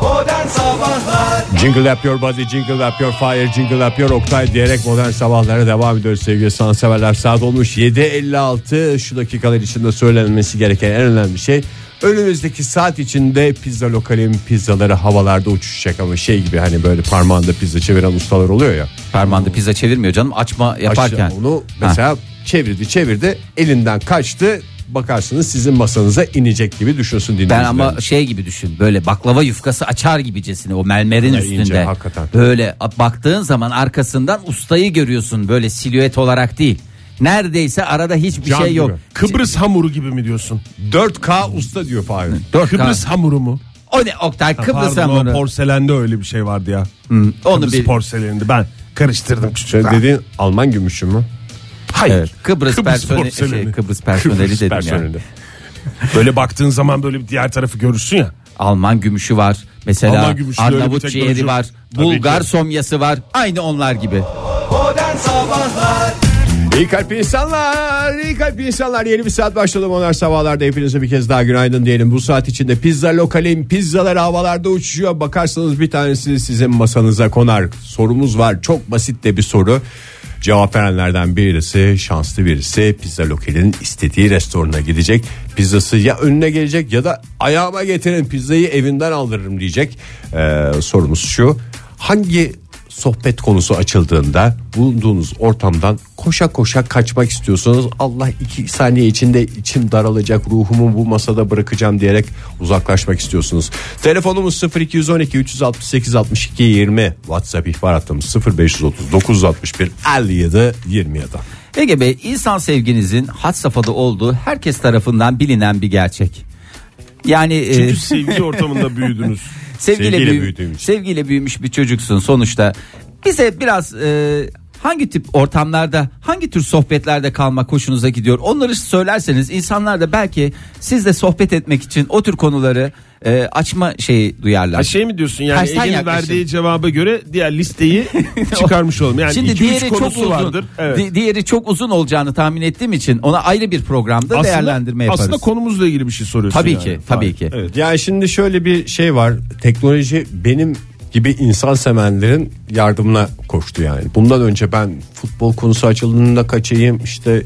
S2: Modern Sabahlar
S3: Jingle up your body, jingle up your fire, jingle up your Oktay diyerek modern sabahlara devam ediyoruz sevgili sanatseverler. Saat olmuş 7.56 şu dakikalar içinde söylenmesi gereken en önemli şey. Önümüzdeki saat içinde pizza lokalin pizzaları havalarda uçuşacak ama şey gibi hani böyle parmağında pizza çeviren ustalar oluyor ya.
S4: Parmağında pizza çevirmiyor canım. Açma yaparken.
S3: Aşağı Onu mesela çevirdi çevirdi elinden kaçtı bakarsınız sizin masanıza inecek gibi düşünsün
S4: Ben
S3: dinleyicilerimiz.
S4: ama şey gibi düşün böyle baklava yufkası açar gibicesine o mermerin
S3: Ya
S4: üstünde.
S3: ince, hakikaten.
S4: Böyle a- baktığın zaman arkasından ustayı görüyorsun böyle silüet olarak değil. Neredeyse arada hiçbir
S3: Can
S4: şey yok.
S3: gibi.
S5: Kıbrıs hamuru gibi mi diyorsun?
S3: 4K usta diyor Fahir.
S4: 4K.
S5: Kıbrıs hamuru mu?
S4: O ne Oktay Kıbrıs
S5: Pardon, o
S4: hamuru.
S5: porselende öyle bir şey vardı ya.
S4: Onu
S5: Kıbrıs
S4: bil-
S5: porseleninde ben karıştırdım
S3: Sen
S5: çocuklar.
S3: dediğin Alman gümüşü mü?
S5: Hayır.
S4: Evet, Kıbrıs, personeli, şey, Kıbrıs personeli dedim yani.
S3: personeli.
S5: Böyle baktığın zaman böyle bir diğer tarafı görürsün ya.
S4: Alman gümüşü var. Mesela
S5: Alman gümüşü de öyle bir
S4: Arnavut
S5: teknoloji
S4: ciğeri
S5: yok.
S4: var.
S5: Tabii
S4: Bulgar
S5: ki.
S4: somyası var. Aynı onlar gibi.
S2: Modern Sabahlar
S3: İyi kalp insanlar, iyi kalp insanlar. Yeni bir saat başladı Modern Sabahlar'da. Hepinize bir kez daha günaydın diyelim. Bu saat içinde pizza lokalin pizzalar havalarda uçuşuyor. Bakarsanız bir tanesi sizin masanıza konar. Sorumuz var. Çok basit de bir soru. Cevap verenlerden birisi, şanslı birisi pizza lokalinin istediği restorana gidecek. Pizzası ya önüne gelecek ya da ayağıma getirin pizzayı evinden aldırırım diyecek. Ee, sorumuz şu. Hangi sohbet konusu açıldığında bulunduğunuz ortamdan koşa koşa kaçmak istiyorsanız Allah iki saniye içinde içim daralacak ruhumu bu masada bırakacağım diyerek uzaklaşmak istiyorsunuz. Telefonumuz 0212 368 62 20 WhatsApp ihbar hattımız 0530 961 57 27.
S4: Ege Bey insan sevginizin had safhada olduğu herkes tarafından bilinen bir gerçek. Yani
S5: Çünkü
S4: e,
S5: sevgi ortamında büyüdünüz.
S4: sevgiyle,
S3: sevgiyle
S4: büyü-
S3: büyüdüğüm için.
S4: sevgiyle büyümüş bir çocuksun sonuçta. Bize biraz e, hangi tip ortamlarda hangi tür sohbetlerde kalmak hoşunuza gidiyor onları söylerseniz insanlar da belki sizle sohbet etmek için o tür konuları e, açma şeyi duyarlar.
S5: Ha şey mi diyorsun yani
S4: Tersten
S5: Ege'nin
S4: yaklaşım.
S5: verdiği cevaba göre diğer listeyi çıkarmış olalım. Yani
S4: Şimdi
S5: iki, üç
S4: diğeri çok
S5: konusu
S4: uzun,
S5: vardır. Evet.
S4: di- diğeri çok uzun olacağını tahmin ettiğim için ona ayrı bir programda değerlendirme yaparız.
S5: Aslında konumuzla ilgili bir şey soruyorsun.
S4: Tabii
S5: yani.
S4: ki, tabii ki.
S5: Evet.
S3: Yani şimdi şöyle bir şey var. Teknoloji benim gibi insan sevenlerin yardımına koştu yani. Bundan önce ben futbol konusu açıldığında kaçayım işte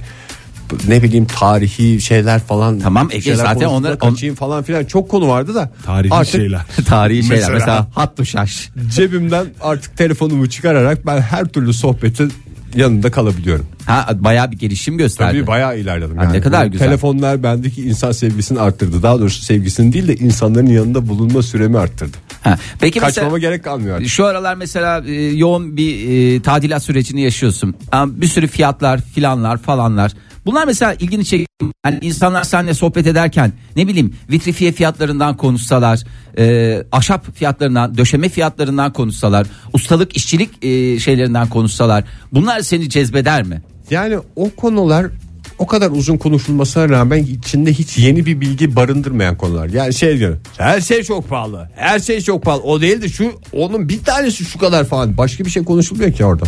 S3: ne bileyim tarihi şeyler falan.
S4: Tamam, Ege,
S3: şeyler
S4: zaten
S3: konusunda
S4: onlar- on-
S3: kaçayım falan filan çok konu vardı da.
S5: Tarihi
S3: artık
S5: şeyler.
S4: Tarihi şeyler mesela,
S5: Mesela-
S4: Hattuşaş.
S3: Cebimden artık telefonumu çıkararak ben her türlü sohbetin yanında kalabiliyorum.
S4: Ha bayağı bir gelişim gösterdi.
S3: Tabii bayağı ilerledim.
S4: Ha, ne kadar güzel.
S3: Telefonlar bendeki insan sevgisini arttırdı. Daha doğrusu sevgisini değil de insanların yanında bulunma süremi arttırdı.
S4: Ha, Peki mesela-
S3: Kaçmama gerek kalmıyor artık.
S4: Şu aralar mesela e, yoğun bir e, tadilat sürecini yaşıyorsun. Ama bir sürü fiyatlar filanlar falanlar. Bunlar mesela ilgini çekiyor. mu? Yani insanlar seninle sohbet ederken ne bileyim vitrifiye fiyatlarından konuşsalar, e, ahşap fiyatlarından, döşeme fiyatlarından konuşsalar, ustalık, işçilik e, şeylerinden konuşsalar. Bunlar seni cezbeder mi?
S3: Yani o konular o kadar uzun konuşulmasına rağmen içinde hiç yeni bir bilgi barındırmayan konular. Yani şey diyor. Her şey çok pahalı. Her şey çok pahalı. O değil de şu onun bir tanesi şu kadar falan. Başka bir şey konuşulmuyor ki orada.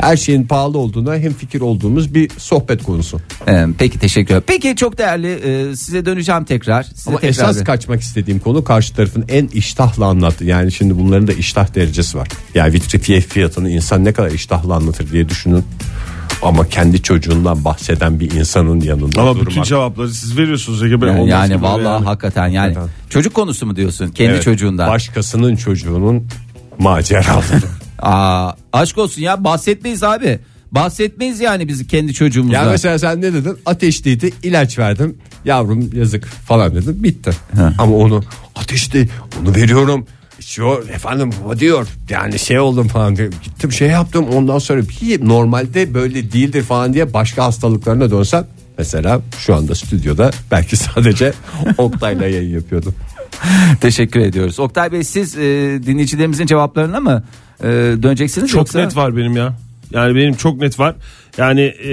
S3: Her şeyin pahalı olduğuna hem fikir olduğumuz bir sohbet konusu.
S4: E, peki teşekkür ederim. Peki çok değerli e, size döneceğim tekrar. Size
S3: Ama
S4: tekrar
S3: esas
S4: bir-
S3: kaçmak istediğim konu karşı tarafın en iştahla anlattı. Yani şimdi bunların da iştah derecesi var. Yani vitrifiye fiyatını insan ne kadar iştahla anlatır diye düşünün. Ama kendi çocuğundan bahseden bir insanın yanında
S5: Ama
S3: durmak.
S5: bütün cevapları siz veriyorsunuz Ege Bey.
S4: Yani,
S5: Olmaz
S4: yani
S5: gibi
S4: vallahi
S5: yani.
S4: hakikaten yani.
S3: Hakikaten.
S4: Çocuk konusu mu diyorsun kendi
S3: Evet,
S4: çocuğundan?
S3: Başkasının çocuğunun maceraları.
S4: Aa, aşk olsun ya bahsetmeyiz abi. Bahsetmeyiz yani bizi kendi çocuğumuzla.
S3: yani mesela sen ne dedin? Ateşliydi ilaç verdim. Yavrum yazık falan dedim. Bitti. Ama onu ateşli onu veriyorum. Şu efendim o diyor yani şey oldum falan diyor. Gittim şey yaptım ondan sonra bir normalde böyle değildir falan diye başka hastalıklarına dönsem. Mesela şu anda stüdyoda belki sadece Oktay'la yayın yapıyordum.
S4: Teşekkür ediyoruz. Oktay Bey siz e, dinleyicilerimizin cevaplarına mı e, döneceksiniz
S5: Çok
S4: yoksa?
S5: net var benim ya. Yani benim çok net var. Yani e,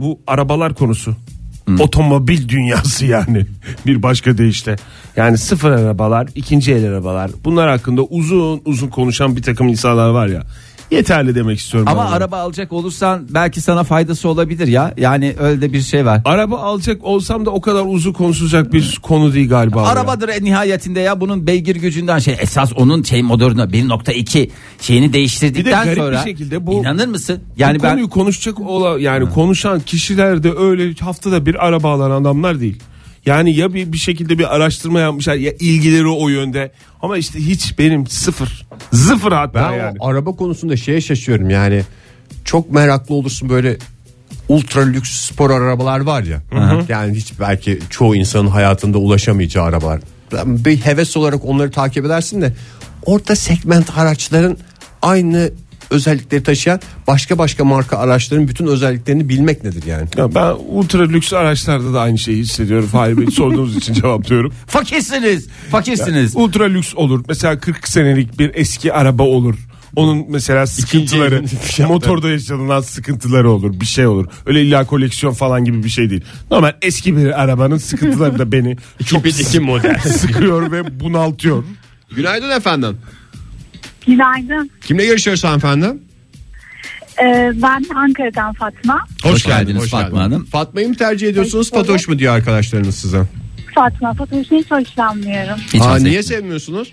S5: bu arabalar konusu.
S4: Hmm.
S5: Otomobil dünyası yani bir başka deyişle. Yani sıfır arabalar, ikinci el arabalar. Bunlar hakkında uzun uzun konuşan bir takım insanlar var ya. Yeterli demek istiyorum.
S4: Ama
S5: ben bunu.
S4: araba alacak olursan belki sana faydası olabilir ya. Yani öyle de bir şey var.
S5: araba alacak olsam da o kadar uzun konuşulacak bir konu değil galiba. bu ya.
S4: Arabadır en nihayetinde ya bunun beygir gücünden şey esas onun şey motorunu 1.2 şeyini değiştirdikten
S5: Bir de garip bir
S4: sonra
S5: şekilde bu-
S4: inanır mısın?
S5: Yani
S4: Yani
S5: bu
S4: ben
S5: konuyu konuşacak ola yani konuşan kişiler de öyle haftada bir araba alan adamlar değil. Yani ya bir, bir şekilde bir araştırma yapmışlar ya ilgileri o yönde. Ama işte hiç benim sıfır. Sıfır hatta
S3: Ben
S5: yani.
S3: o araba konusunda şeye şaşıyorum yani çok meraklı olursun böyle ultra lüks spor arabalar var ya. Yani hiç belki çoğu insanın hayatında ulaşamayacağı arabalar. Ben Bir heves olarak onları takip edersin de orta segment araçların aynı özellikleri taşıyan başka başka marka araçların bütün özelliklerini bilmek nedir yani?
S5: Ya ben ultra lüks araçlarda da aynı şeyi hissediyorum. Fahir Bey sorduğunuz için cevaplıyorum.
S4: fakirsiniz. Fakirsiniz.
S5: Ultra lüks olur. Mesela 40 senelik bir eski araba olur. Onun mesela sıkıntıları motorda yaşanılan sıkıntıları olur bir şey olur. Öyle illa koleksiyon falan gibi bir şey değil. Normal eski bir arabanın sıkıntıları da beni
S4: E,
S5: çok sık- sıkıyor ve bunaltıyor.
S3: Günaydın efendim.
S6: Günaydın.
S3: Kimle görüşüyoruz hanımefendi?
S6: Ee, ben Ankara'dan Fatma.
S4: Hoş geldiniz Fatma Hanım.
S3: Fatma'yı mı tercih ediyorsunuz
S6: Hoş bulduk.
S3: Fatoş mu diyor arkadaşlarınız size?
S6: Fatma Fatoş'u hiç hoşlanmıyorum.
S4: Hiç
S3: Aa,
S4: az-
S3: niye sevmiyorsunuz?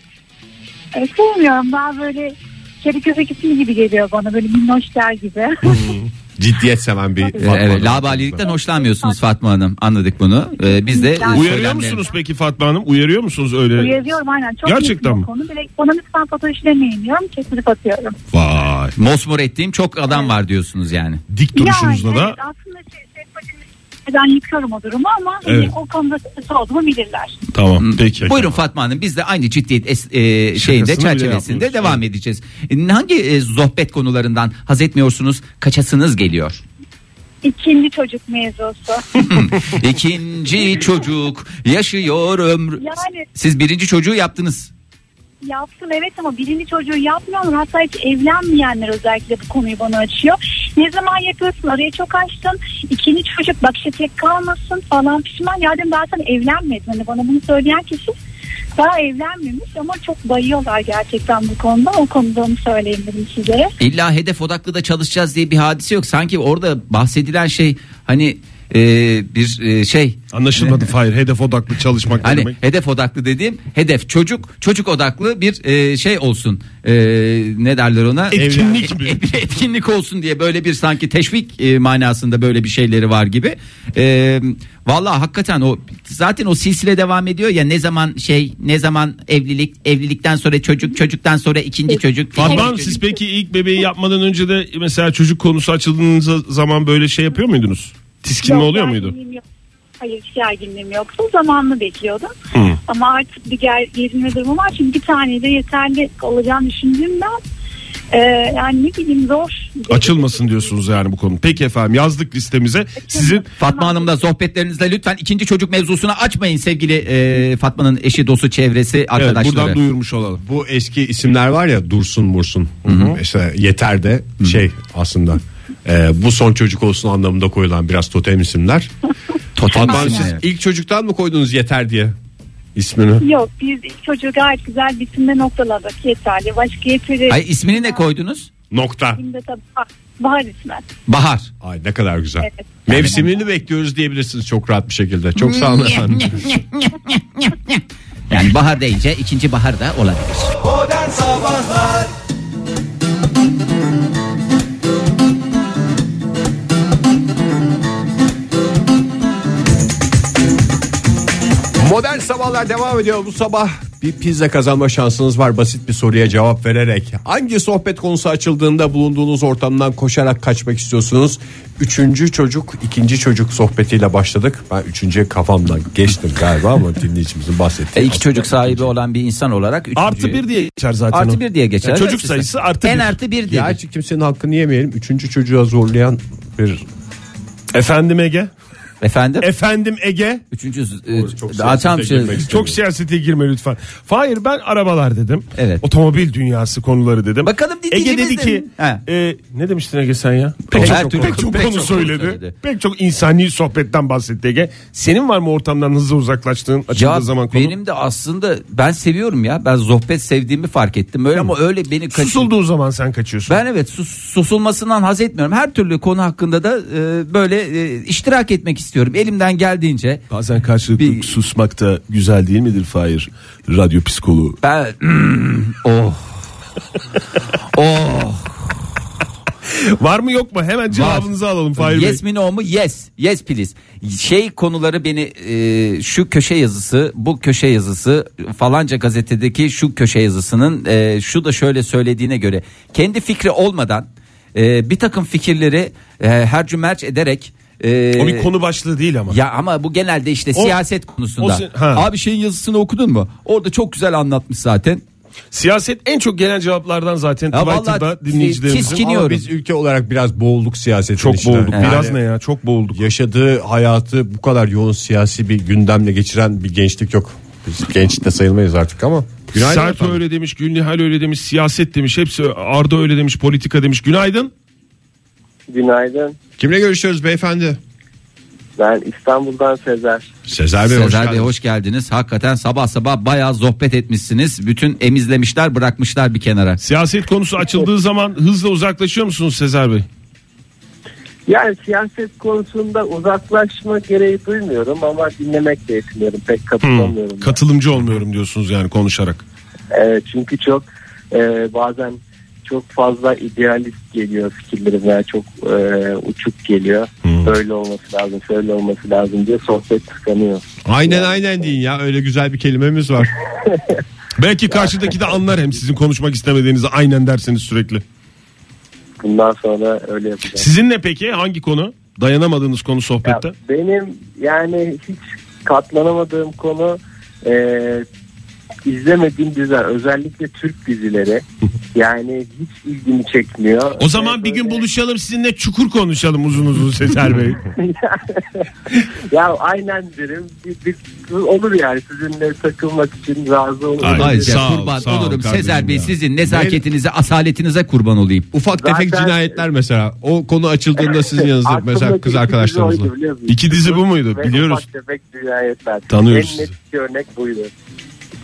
S6: Ee, sevmiyorum. Daha böyle kedi köpek ismi gibi geliyor bana. Böyle minnoşlar gibi.
S3: Ciddiyet seven bir
S4: Ee, evet, labalilikten hoşlanmıyorsunuz Fatma Hanım. Anladık bunu. Ee, biz de
S6: Uyarıyor
S5: Uyarıyor
S4: söylemlerimiz-
S5: musunuz peki Fatma Hanım? Uyarıyor musunuz öyle?
S6: Yazıyorum aynen. Çok
S5: Gerçekten
S6: yakın
S5: mi?
S6: o Konu. Bile, bana lütfen Fatoş demeyin diyorum. Kesilip atıyorum.
S5: Vay.
S4: Mosmor ettiğim çok adam var diyorsunuz yani.
S5: Dik duruşunuzla
S6: yani,
S5: da
S6: evet, aslında şey, şey, ben yıkıyorum o durumu ama hani
S5: Evet.
S6: o konuda sıkıntı olduğumu bilirler.
S5: tamam peki.
S4: Buyurun Fatma Hanım biz de aynı ciddiyet es- e, şeyinde
S5: bile
S4: çerçevesinde
S5: yapmıyoruz.
S4: devam edeceğiz. E, Hangi e, sohbet konularından haz etmiyorsunuz? Kaçasınız geliyor?
S6: İkinci çocuk mevzusu.
S4: İkinci çocuk yaşıyor ömrü.
S6: Yani-
S4: Siz birinci çocuğu yaptınız.
S6: Yaptım evet ama birinci çocuğu yapmıyorlar. Hatta hiç evlenmeyenler özellikle bu konuyu bana açıyor. Ne zaman yapıyorsun? Arayı çok açtın. İkinci çocuk bak işte tek kalmasın falan pişman. Ya dedim zaten evlenmedin. Hani bana bunu söyleyen kişi daha evlenmemiş ama çok bayıyorlar gerçekten bu konuda. O konuda onu söyleyeyim dedim sizlere.
S4: İlla hedef odaklı da çalışacağız diye bir hadise yok. Sanki orada bahsedilen şey hani e, bir e, şey
S5: Anlaşılmadı Fahir. Hedef odaklı çalışmak ne
S4: Hani
S5: demek.
S4: hedef odaklı dediğim hedef çocuk çocuk odaklı bir e, şey olsun E, ne derler ona
S5: Etkinlik
S4: Evlen-
S5: mi?
S4: E, bir etkinlik olsun diye böyle bir sanki teşvik e, manasında böyle bir şeyleri var gibi e, Vallahi hakikaten o zaten o silsile devam ediyor ya ne zaman şey ne zaman evlilik evlilikten sonra çocuk çocuktan sonra ikinci çocuk
S5: Fatma Hanım
S4: ikinci
S5: siz peki ilk bebeği yapmadan önce de mesela çocuk konusu açıldığınız zaman böyle şey yapıyor muydunuz? Tiskinme
S6: Yok,
S5: oluyor muydu?
S6: gerginliğim yok. Hayır hiç gerginliğim yoktu. Zamanını bekliyordum. Ama artık bir ger- gerilme durumu var. Çünkü bir tane de yeterli olacağını düşündüğümden e, yani ne bileyim zor.
S5: Açılmasın diyorsunuz yani bu konu. Peki efendim yazdık listemize. Sizin
S4: Fatma Hanım'la sohbetlerinizde lütfen ikinci çocuk mevzusunu açmayın sevgili e, Fatma'nın eşi, dostu, çevresi,
S5: evet,
S4: arkadaşları.
S5: buradan duyurmuş olalım.
S3: Bu eski isimler var ya Dursun Mursun. Mesela yeter de şey aslında e, bu son çocuk olsun anlamında koyulan biraz totem isimler.
S4: Totem
S3: Fatma
S4: isim
S3: siz
S4: yani.
S3: ilk çocuktan mı koydunuz yeter diye ismini?
S6: Yok biz ilk çocuğu gayet güzel bitimde noktaladık yeterli. Başka yeteri.
S4: Ay ismini ne koydunuz?
S3: Nokta.
S6: Şimdi tabii bahar, bahar ismi.
S4: Bahar.
S3: Ay ne kadar güzel.
S6: Evet.
S3: Mevsimini bekliyoruz diyebilirsiniz çok rahat bir şekilde. Çok sağ olun efendim.
S4: Yani bahar deyince ikinci bahar da olabilir.
S2: Modern Sabahlar
S3: Modern sabahlar devam ediyor bu sabah. bir pizza kazanma şansınız var basit bir soruya cevap vererek. Hangi sohbet konusu açıldığında bulunduğunuz ortamdan koşarak kaçmak istiyorsunuz? Üçüncü çocuk, ikinci çocuk sohbetiyle başladık. Ben üçüncüye kafamdan geçtim galiba ama dinleyicimizin bahsettiği.
S4: E, iki çocuk sahibi olan bir insan olarak üçüncü,
S5: Artı bir diye geçer zaten o.
S4: artı bir diye geçer.
S5: Ya çocuk
S4: Evet, işte.
S5: sayısı artı
S4: En
S5: bir.
S4: artı bir diye.
S3: Gerçi kimsenin hakkını yemeyelim. Üçüncü çocuğa zorlayan bir
S5: Efendim Ege.
S4: Efendim?
S5: Efendim Ege.
S4: Üçüncü
S3: çok
S4: e,
S3: siyasete
S4: açam
S3: girmek istiyorum.
S5: Çok siyasete girme lütfen. Hayır ben arabalar dedim.
S4: Evet.
S5: Otomobil dünyası konuları dedim.
S4: Bakalım
S5: Ege
S4: dinleyicimiz
S5: dedi
S4: de-
S5: ki
S4: He.
S5: e, ne demiştin Ege sen ya? Pek
S4: Her
S5: çok,
S4: türlü-
S5: pek çok
S4: pek
S5: konu
S4: çok konu
S5: söyledi.
S4: söyledi.
S5: Pek çok insani sohbetten bahsetti Ege. Senin var mı ortamdan hızlı uzaklaştığın açıldığı
S4: Ya
S5: zaman konu?
S4: benim de aslında ben seviyorum ya. Ben sohbet sevdiğimi fark ettim. Öyle ama öyle beni kaçırdı.
S5: Susulduğu zaman sen kaçıyorsun.
S4: Ben evet sus, susulmasından haz etmiyorum. Her türlü konu hakkında da e, böyle e, iştirak etmek istiyorum. Elimden geldiğince
S5: Bazen karşılıklı
S4: Bir-
S5: susmak da güzel değil midir Fahir? Radyo psikoloğu.
S4: ben oh oh
S5: Var mı yok mu? Hemen cevabınızı alalım Fahir
S4: yes
S5: Bey.
S4: mi no mu yes yes please şey konuları beni e, şu köşe yazısı bu köşe yazısı falanca gazetedeki şu köşe yazısının e, şu da şöyle söylediğine göre kendi fikri olmadan e, bir takım fikirleri e, hercümerç ederek e,
S5: O bir konu başlığı değil ama.
S4: Ya ama bu genelde işte siyaset
S5: o
S4: konusunda.
S5: si- ha.
S4: Abi şeyin yazısını okudun mu? Orada çok güzel anlatmış zaten.
S5: Siyaset en çok gelen cevaplardan zaten
S4: Ya
S5: Twitter'da
S4: vallahi
S5: dinleyicilerimizin.
S4: keskin- Çekiniyorum.
S3: Ama biz ülke olarak biraz boğulduk siyasetin
S5: Çok
S3: içine.
S5: boğulduk.
S3: Yani
S5: Biraz ne ya? Çok boğulduk.
S3: Yaşadığı hayatı bu kadar yoğun siyasi bir gündemle geçiren bir gençlik yok. Biz genç de sayılmayız artık ama. Günaydın
S5: Sert
S3: efendim.
S5: öyle demiş, Gülnihal öyle demiş, siyaset demiş, hepsi Arda öyle demiş, politika demiş. Günaydın.
S7: Günaydın.
S3: Kimle görüşüyoruz beyefendi?
S7: Ben İstanbul'dan Sezer.
S3: Sezer Bey hoş
S4: Sezer Bey
S3: geldiniz.
S4: hoş geldiniz. Hakikaten sabah sabah bayağı sohbet etmişsiniz. Bütün emizlemişler bırakmışlar bir kenara.
S5: Siyaset konusu açıldığı zaman hızla uzaklaşıyor musunuz Sezer Bey?
S7: Yani siyaset konusunda uzaklaşma gereği duymuyorum ama dinlemek de yetmiyorum. Pek katılamıyorum.
S5: Hmm,
S7: ben.
S5: Katılımcı olmuyorum diyorsunuz yani konuşarak.
S7: Evet, Ee, çünkü çok e, bazen çok fazla idealist geliyor fikirlerim veya çok e, uçuk geliyor. Böyle olması lazım, şöyle olması lazım diye sohbet tıkanıyor.
S3: Aynen aynen deyin ya öyle güzel bir kelimemiz var.
S5: Belki karşıdaki de anlar hem sizin konuşmak istemediğinizi aynen derseniz sürekli.
S7: Bundan sonra öyle yapacağım.
S5: Sizin ne peki? Hangi konu? Dayanamadığınız konu
S7: Ya
S5: sohbette?
S7: benim yani hiç katlanamadığım konu e, izlemediğim diziler özellikle Türk dizileri yani hiç ilgimi çekmiyor. E,
S5: O zaman bir gün buluşalım sizinle çukur konuşalım uzun uzun Sezer Bey.
S7: Ya aynen derim Bir- bir- olur yani sizinle takılmak için razı olurum.
S5: Ay,
S4: Ay,
S5: sağ ol,
S4: kurban
S5: sağ ol
S4: olurum
S5: kardeşim
S4: Sezer Bey
S5: ya.
S4: sizin nezaketinize, asaletinize kurban olayım.
S3: Ufak tefek
S7: Zaten-
S3: cinayetler mesela. O konu açıldığında sizin yanınızda mesela
S7: Aklımdaki
S3: kız
S7: iki
S3: arkadaşlarınızla.
S7: dizi oydu, biliyor musun?
S5: İki dizi bu muydu?
S7: Ve
S5: Biliyoruz.
S7: Ufak tefek cinayetler.
S5: Tanıyoruz
S7: En net
S5: sizi.
S7: bir örnek buydu.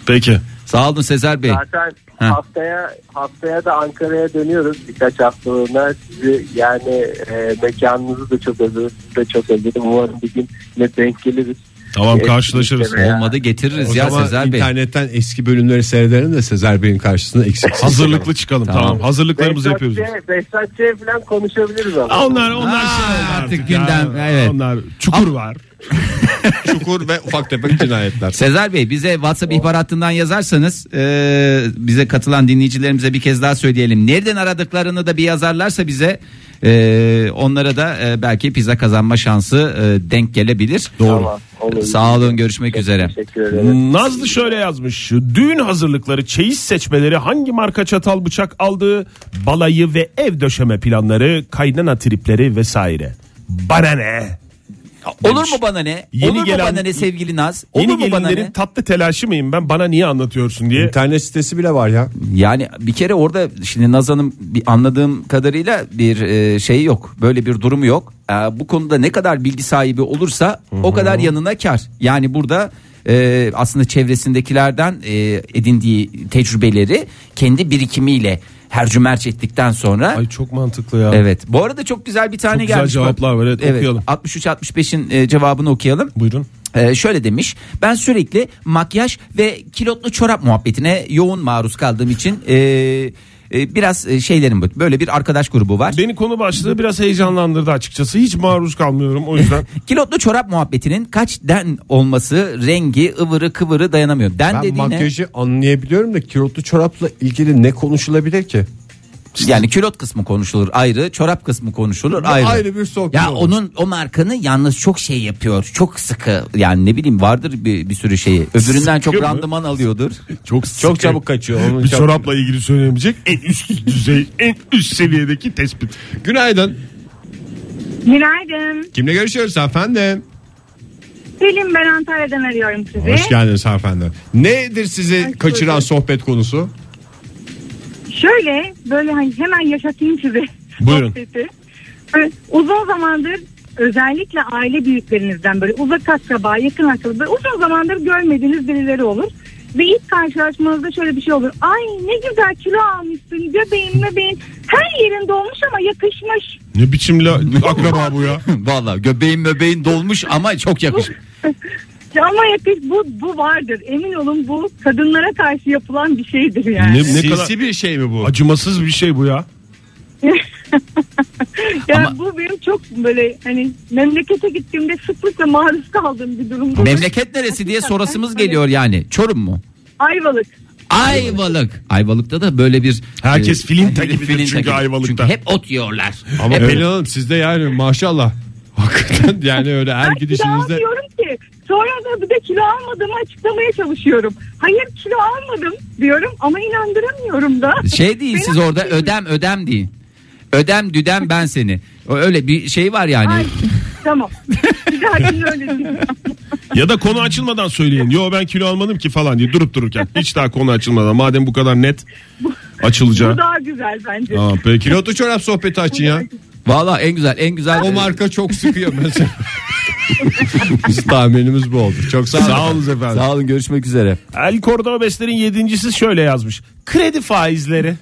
S5: Peki.
S4: Sağ olun Sezer Bey.
S7: Zaten
S4: Heh.
S7: haftaya haftaya da Ankara'ya dönüyoruz birkaç haftalığına. Sizi yani e, mekanınızı da çok özledim. sizi de çok özledim. Umarım bir gün ne denk geliriz.
S5: Tamam karşılaşırız.
S7: Ya.
S4: Olmadı getiririz
S3: O
S4: ya
S3: zaman
S4: Sezer Bey.
S3: internetten eski bölümleri seyredelim de Sezer Bey'in karşısında eksik.
S5: Hazırlıklı çıkalım tamam.
S4: Tamam.
S5: Hazırlıklarımızı yapıyoruz. biz.
S7: Behzatçı'ya- Behzatçı'ya falan konuşabiliriz ama.
S5: Onlar onlar
S4: Aa,
S5: şey var
S4: artık
S5: artık
S4: gündem,
S5: ya.
S4: evet.
S5: Onlar çukur var.
S3: Çukur ve ufak tefek cinayetler.
S4: Sezer Bey bize WhatsApp ihbar hattından yazarsanız e, bize katılan dinleyicilerimize bir kez daha söyleyelim. Nereden aradıklarını da bir yazarlarsa bize e, onlara da e, belki pizza kazanma şansı e, denk gelebilir.
S7: Tamam, olur.
S4: Sağ olun görüşmek üzere.
S7: Teşekkür ederim.
S5: Nazlı şöyle yazmış. Düğün hazırlıkları, çeyiz seçmeleri, hangi marka çatal bıçak aldığı, balayı ve ev döşeme planları, kaynana tripleri vesaire. Bana ne?
S4: Olur mu bana ne?
S5: Yeni
S4: Olur mu
S5: gelen-
S4: bana ne sevgili Naz? Olur
S5: Yeni
S4: mu bana ne?
S5: gelinlerin tatlı telaşı mıyım ben? Bana niye anlatıyorsun diye.
S3: İnternet sitesi bile var ya.
S4: Yani bir kere orada şimdi Naz Hanım bir anladığım kadarıyla bir e, şey yok. Böyle bir durumu yok. E, bu konuda ne kadar bilgi sahibi olursa o kadar yanına kar. Yani burada e, aslında çevresindekilerden e, edindiği tecrübeleri kendi birikimiyle hercümerç ettikten sonra
S5: Ay çok mantıklı ya.
S4: Evet. Bu arada çok güzel bir tane
S5: Çok güzel
S4: gelmiş. Bak-
S5: cevaplar var, evet, okuyalım.
S4: 63 65'in e, cevabını okuyalım.
S5: Buyurun.
S4: Ee, şöyle demiş ben sürekli makyaj ve kilotlu çorap muhabbetine yoğun maruz kaldığım için e, e, biraz e, şeylerim bu. Böyle bir arkadaş grubu var.
S5: Beni konu başlığı biraz heyecanlandırdı açıkçası. Hiç maruz kalmıyorum o yüzden.
S4: Kilotlu çorap muhabbetinin kaç den olması rengi ıvırı kıvırı dayanamıyor. Den
S3: Ben
S4: dediğine
S3: makyajı anlayabiliyorum da kilotlu çorapla ilgili ne konuşulabilir ki?
S4: yani külot kısmı konuşulur ayrı, çorap kısmı konuşulur ayrı.
S3: ayrı bir şey sohbet
S4: Ya
S3: olur.
S4: onun o markanın yalnız çok şey yapıyor. Çok sıkı yani ne bileyim vardır bir, bir sürü şeyi. Öbüründen çok
S5: Sıkıyor mu?
S4: randıman alıyordur.
S5: Çok
S3: Çok çabuk kaçıyor. Onun
S5: Bir
S3: çabuk-
S5: çorapla ilgili söylenebilecek en üst düzey, en üst seviyedeki tespit.
S3: Günaydın.
S6: Günaydın.
S3: Kimle görüşüyoruz efendim?
S6: Selim ben Antalya'dan arıyorum sizi.
S3: Hoş geldiniz hanımefendi. Nedir sizi
S6: bulduk.
S3: kaçıran sohbet konusu?
S6: Şöyle böyle hani hemen yaşatayım size.
S5: Buyurun.
S6: sohbeti. Böyle Uzun zamandır özellikle aile büyüklerinizden böyle uzak akraba, yakın akraba böyle uzun zamandır görmediğiniz birileri olur. Ve ilk karşılaşmanızda şöyle bir şey olur. Ay ne güzel kilo almışsın göbeğin mebeğin her yerin dolmuş ama yakışmış.
S5: Ne biçim la, akraba bu ya?
S4: Vallahi göbeğin möbeğin dolmuş ama çok yakışmış.
S6: Ama yakış bu, bu vardır. Emin olun bu kadınlara karşı yapılan bir şeydir yani.
S5: Ne, ne kadar
S3: bir şey mi bu?
S5: acımasız bir şey bu ya.
S6: Yani
S4: Ama-
S6: bu benim çok böyle hani memlekete gittiğimde sıklıkla maruz kaldığım bir durum.
S4: Memleket neresi diye sorasımız geliyor yani. Çorum mu?
S6: Ayvalık.
S4: Ayvalık. Ayvalık'ta da böyle bir
S5: Herkes filinta gibidir
S4: filinta
S5: çünkü Ayvalık'ta.
S4: Çünkü hep ot yiyorlar.
S3: Ama
S4: Hep-
S3: Pelin Hanım sizde yani maşallah. Hakikaten yani öyle her
S6: Ben kilo
S3: gidişinizde
S6: almıyorum ki. Sonra da bir de kilo almadığımı açıklamaya çalışıyorum. Hayır kilo almadım diyorum ama inandıramıyorum da.
S4: Şey değil siz
S6: Beni-
S4: orada ödem ödem deyin. Ödem düdem ben seni. O Öyle bir şey var yani.
S6: Ay, tamam. Bir daha şimdi öyle diyeyim.
S5: Ya da konu açılmadan söyleyin. Yo ben kilo almadım ki falan diye durup dururken. Hiç daha konu açılmadan. Madem bu kadar net açılacağı.
S6: Bu daha güzel bence.
S5: Aa, peki.
S3: kilotlu çorap sohbeti açın ya.
S4: Vallahi en güzel en güzel.
S3: O marka çok sıkıyor mesela. Biz tahminimiz bu oldu. Çok sağ olun.
S5: Sağ olun efendim.
S4: Sağ olun görüşmek üzere.
S5: El Cordobes'lerin yedincisi şöyle yazmış. Kredi faizleri.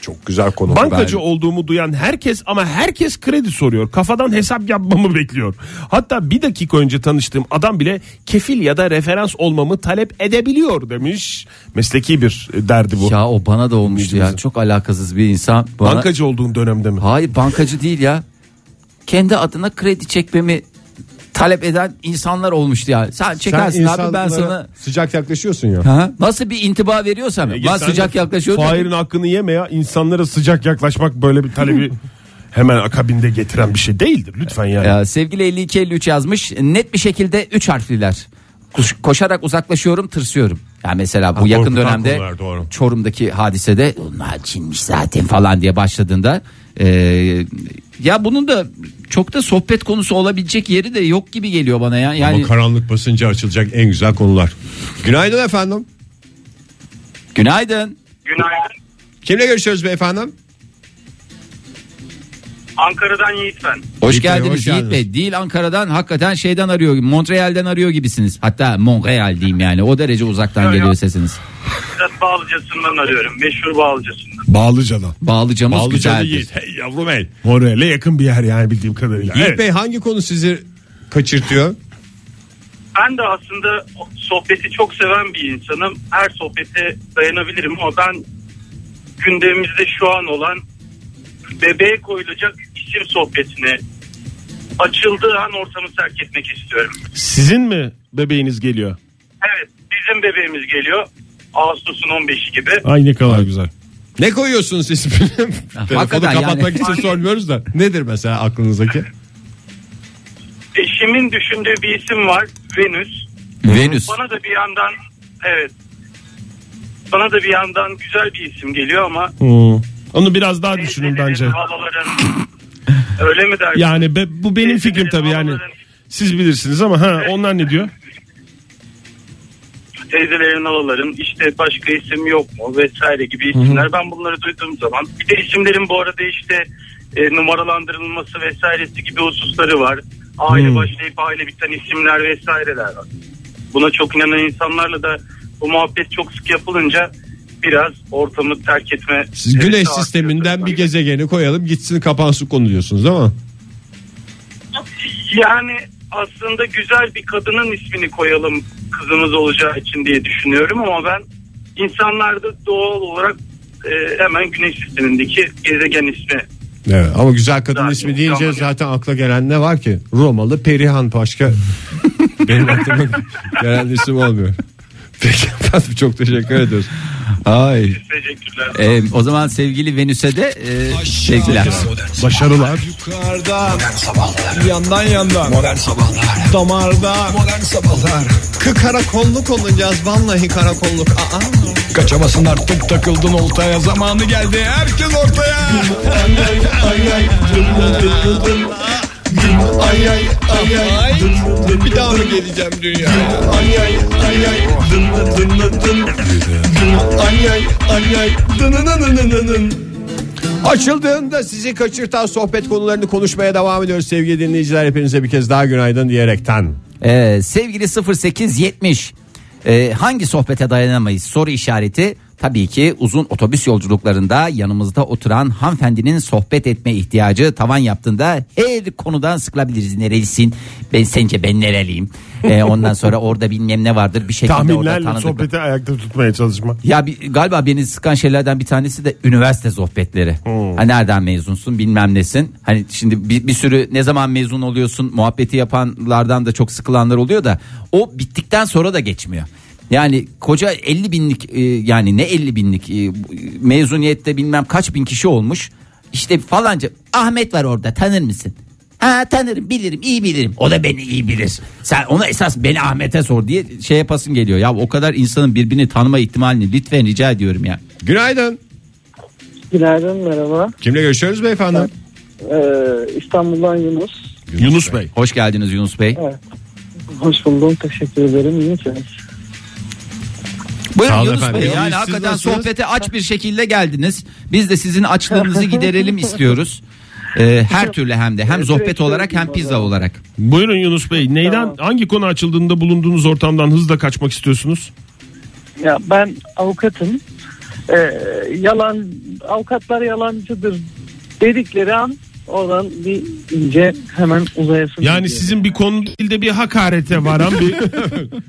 S3: Çok güzel konu.
S5: Bankacı olduğumu duyan herkes ama herkes kredi soruyor. Kafadan hesap yapmamı bekliyor. Hatta bir dakika önce tanıştığım adam bile kefil ya da referans olmamı talep edebiliyor demiş. Mesleki bir derdi bu.
S4: Ya o bana da olmuştu ya. Çok alakasız bir insan. Bana...
S5: Bankacı olduğum dönemde mi?
S4: Hayır bankacı değil ya. Kendi adına kredi çekmemi talep eden insanlar olmuştu ya. Sen
S3: Sen
S4: çekersin abi ben
S3: insanlara
S4: sana.
S3: sıcak yaklaşıyorsun ya.
S4: Ha? Nasıl bir intiba veriyorsam.
S5: Ege,
S4: Ben
S5: sen
S4: sıcak
S5: E, de
S4: yaklaşıyorum.
S5: Fahir'in hakkını yeme ya. İnsanlara sıcak yaklaşmak böyle bir talebi hemen akabinde getiren bir şey değildir. Lütfen yani.
S4: Ya, sevgili 5253 yazmış. Net bir şekilde 3 harfliler. Koş- koşarak uzaklaşıyorum, tırsıyorum. Ya mesela bu yakın
S5: korkutan
S4: dönemde
S5: konular, doğru.
S4: Çorum'daki hadisede onlar Çinmiş zaten falan diye başladığında e, ya bunun da çok da sohbet konusu olabilecek yeri de yok gibi geliyor bana ya. Yani
S3: karanlık basınca açılacak en güzel konular. Günaydın efendim.
S4: günaydın.
S8: Günaydın.
S3: Kimle görüşüyoruz beyefendim?
S8: Ankara'dan Yiğit ben.
S4: Hoş
S3: Yiğit Bey,
S4: geldiniz
S3: hoş
S4: Yiğit
S3: geldiniz.
S4: Bey. Değil Ankara'dan hakikaten şeyden arıyor. Montreal'den arıyor gibisiniz. Hatta Montreal diyeyim yani. O derece uzaktan
S8: Öyle.
S4: geliyor sesiniz.
S8: Biraz Bağlıcası'ndan arıyorum. Meşhur Bağlıcası'ndan.
S5: Bağlıca'dan.
S4: Bağlıcamız
S5: Bağlıca'da
S4: güzeldir.
S5: Yiğit. Hey yavrum hey. Moral'e yakın bir yer yani bildiğim kadarıyla.
S3: Yiğit
S5: Evet.
S3: Bey hangi konu sizi kaçırtıyor?
S8: Ben de aslında sohbeti çok seven bir insanım. Her sohbete dayanabilirim ama ben gündemimizde şu an olan bebeğe koyulacak isim sohbetine açıldığı an ortamı terk etmek istiyorum.
S5: Sizin mi bebeğiniz geliyor?
S8: Evet bizim bebeğimiz geliyor. Ağustos'un 15'i gibi.
S5: Ay ne kadar güzel.
S3: Ne koyuyorsunuz ismini? Telefonu
S4: hakikaten yani.
S3: kapatmak için sormuyoruz da. Nedir mesela aklınızdaki?
S8: Eşimin düşündüğü bir isim var. Venüs.
S4: Venüs.
S8: Bana da bir yandan evet. Bana da bir yandan güzel bir isim geliyor ama
S5: Onu biraz daha düşünün
S8: teyzelerin,
S5: bence.
S8: Halaların öyle mi dersin?
S5: Yani be- bu benim fikrim tabii yani. Siz bilirsiniz ama ha onlar ne diyor?
S8: Teyzelerin halaların işte başka isim yok mu vesaire gibi isimler. Ben bunları duyduğum zaman bir de isimlerin bu arada işte e, numaralandırılması vesairesi gibi hususları var. Aile başlayıp aile biten isimler vesaireler var. Buna çok inanan insanlarla da bu muhabbet çok sık yapılınca biraz ortamı terk etme.
S3: Siz güneş
S8: evresi
S3: sisteminden
S8: artıyor.
S3: bir gezegeni koyalım gitsin kapansın konu diyorsunuz değil mi?
S8: Yani aslında güzel bir kadının ismini koyalım kızımız olacağı için diye düşünüyorum ama ben insanlarda doğal olarak e, hemen güneş sistemindeki gezegen ismi.
S3: Evet, ama güzel kadın
S8: Zaten
S3: ismi deyince
S8: Roma'da-
S3: zaten akla gelen ne var ki? Romalı Perihan başka benim aklıma gelen isim olmuyor. Peki efendim çok teşekkür ediyoruz. Ay.
S8: Teşekkürler.
S4: Ee, o zaman sevgili Venüs'e de e, sevgiler.
S3: Başarılar.
S2: Yukarıdan Yandan yandan
S1: Modern Sabahlar
S2: Damardan
S1: Modern Sabahlar
S2: Kı karakolluk olacağız vallahi karakolluk Aa.
S1: Kaçamasınlar tık takıldın oltaya Zamanı geldi herkes ortaya
S2: Ay ay Ay ay ay ay Bir daha mı geleceğim dünyaya Ay ay ay ay Ay ay ay ay
S3: Açıldığında sizi kaçırtan sohbet konularını konuşmaya devam ediyoruz sevgili dinleyiciler. Hepinize bir kez daha günaydın diyerekten.
S4: Ee, sevgili 0870 ee, hangi sohbete dayanamayız soru işareti tabii ki uzun otobüs yolculuklarında yanımızda oturan hanımefendinin sohbet etme ihtiyacı tavan yaptığında her konudan sıkılabiliriz nerelisin ben sence ben nereliyim Ee, ondan sonra orada bilmem ne vardır bir şekilde orada
S5: Tahminlerle
S4: tanıdık
S5: sohbeti ayakta tutmaya çalışma.
S4: Ya bir, galiba beni sıkan şeylerden bir tanesi de üniversite sohbetleri. Ha, nereden mezunsun bilmem nesin. Hani şimdi bir, bir sürü ne zaman mezun oluyorsun muhabbeti yapanlardan da çok sıkılanlar oluyor da o bittikten sonra da geçmiyor. Yani koca 50 binlik e, yani ne 50 binlik e, mezuniyette bilmem kaç bin kişi olmuş. İşte falanca Ahmet var orada tanır mısın? Ha tanırım bilirim iyi bilirim. O da beni iyi bilir. Sen ona esas beni Ahmet'e sor diye şey yapasın geliyor. Ya o kadar insanın birbirini tanıma ihtimalini lütfen rica ediyorum ya.
S3: Günaydın.
S9: Günaydın merhaba.
S3: Kimle görüşüyoruz beyefendi?
S9: Ee, İstanbul'dan Yunus.
S5: Yunus Bey.
S4: Hoş geldiniz Yunus Bey.
S9: Evet. Hoş buldum. Teşekkür ederim. İyi misiniz?
S4: Buyurun
S3: Sağ olun
S4: Yunus
S3: efendim.
S4: Bey.
S3: Yunus,
S4: Yani
S3: siz
S4: hakikaten
S3: nasılsınız?
S4: sohbete aç bir şekilde geldiniz. Biz de sizin açlığınızı giderelim istiyoruz. Ee, her türlü hem de hem sohbet olarak hem pizza olarak.
S5: Buyurun Yunus Bey. Neyden hangi konu açıldığında bulunduğunuz ortamdan hızla kaçmak istiyorsunuz?
S9: Ya ben avukatım. Ee, yalan avukatlar yalancıdır dedikleri an oradan bir ince hemen uzayasın.
S5: Yani sizin bir konu değil de bir hakarete varan bir,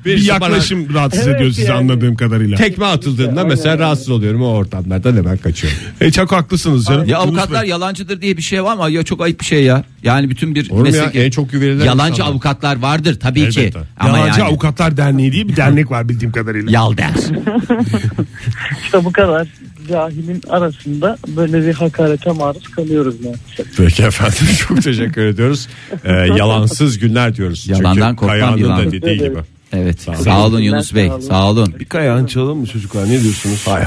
S5: bir yaklaşım rahatsız
S9: Evet
S5: ediyor sizi
S9: yani.
S5: anladığım kadarıyla.
S3: Tekme atıldığında mesela rahatsız oluyorum o ortamlardan hemen kaçıyorum.
S5: E, çok haklısınız canım.
S4: Ya
S5: Yunus
S4: avukatlar
S5: Bey.
S4: yalancıdır diye bir şey var ama ya çok ayıp bir şey ya. Yani bütün bir
S3: Olur mu ya?
S4: meslek
S3: En çok güvenilen
S4: yalancı
S3: insanlar.
S4: avukatlar vardır tabii
S3: Elbette.
S4: ki. Ama
S5: Yalancı
S4: yani,
S5: Avukatlar Derneği diye bir dernek var bildiğim kadarıyla.
S4: yal der.
S9: İşte bu kadar cahilin arasında böyle bir hakarete maruz kalıyoruz maalesef.
S3: Peki efendim çok teşekkür ediyoruz.
S5: E,
S3: Ee, yalansız günler diyoruz.
S4: Yalandan
S3: Çünkü
S4: korkan
S3: Kaya'nın
S4: yılan.
S3: da dediği gibi.
S4: Evet. Sağ,
S9: olun.
S4: olun Yunus Bey.
S9: Sağ olun.
S4: Sağ olun.
S5: Bir kayan çalalım mı çocuklar ne diyorsunuz?
S4: Ee,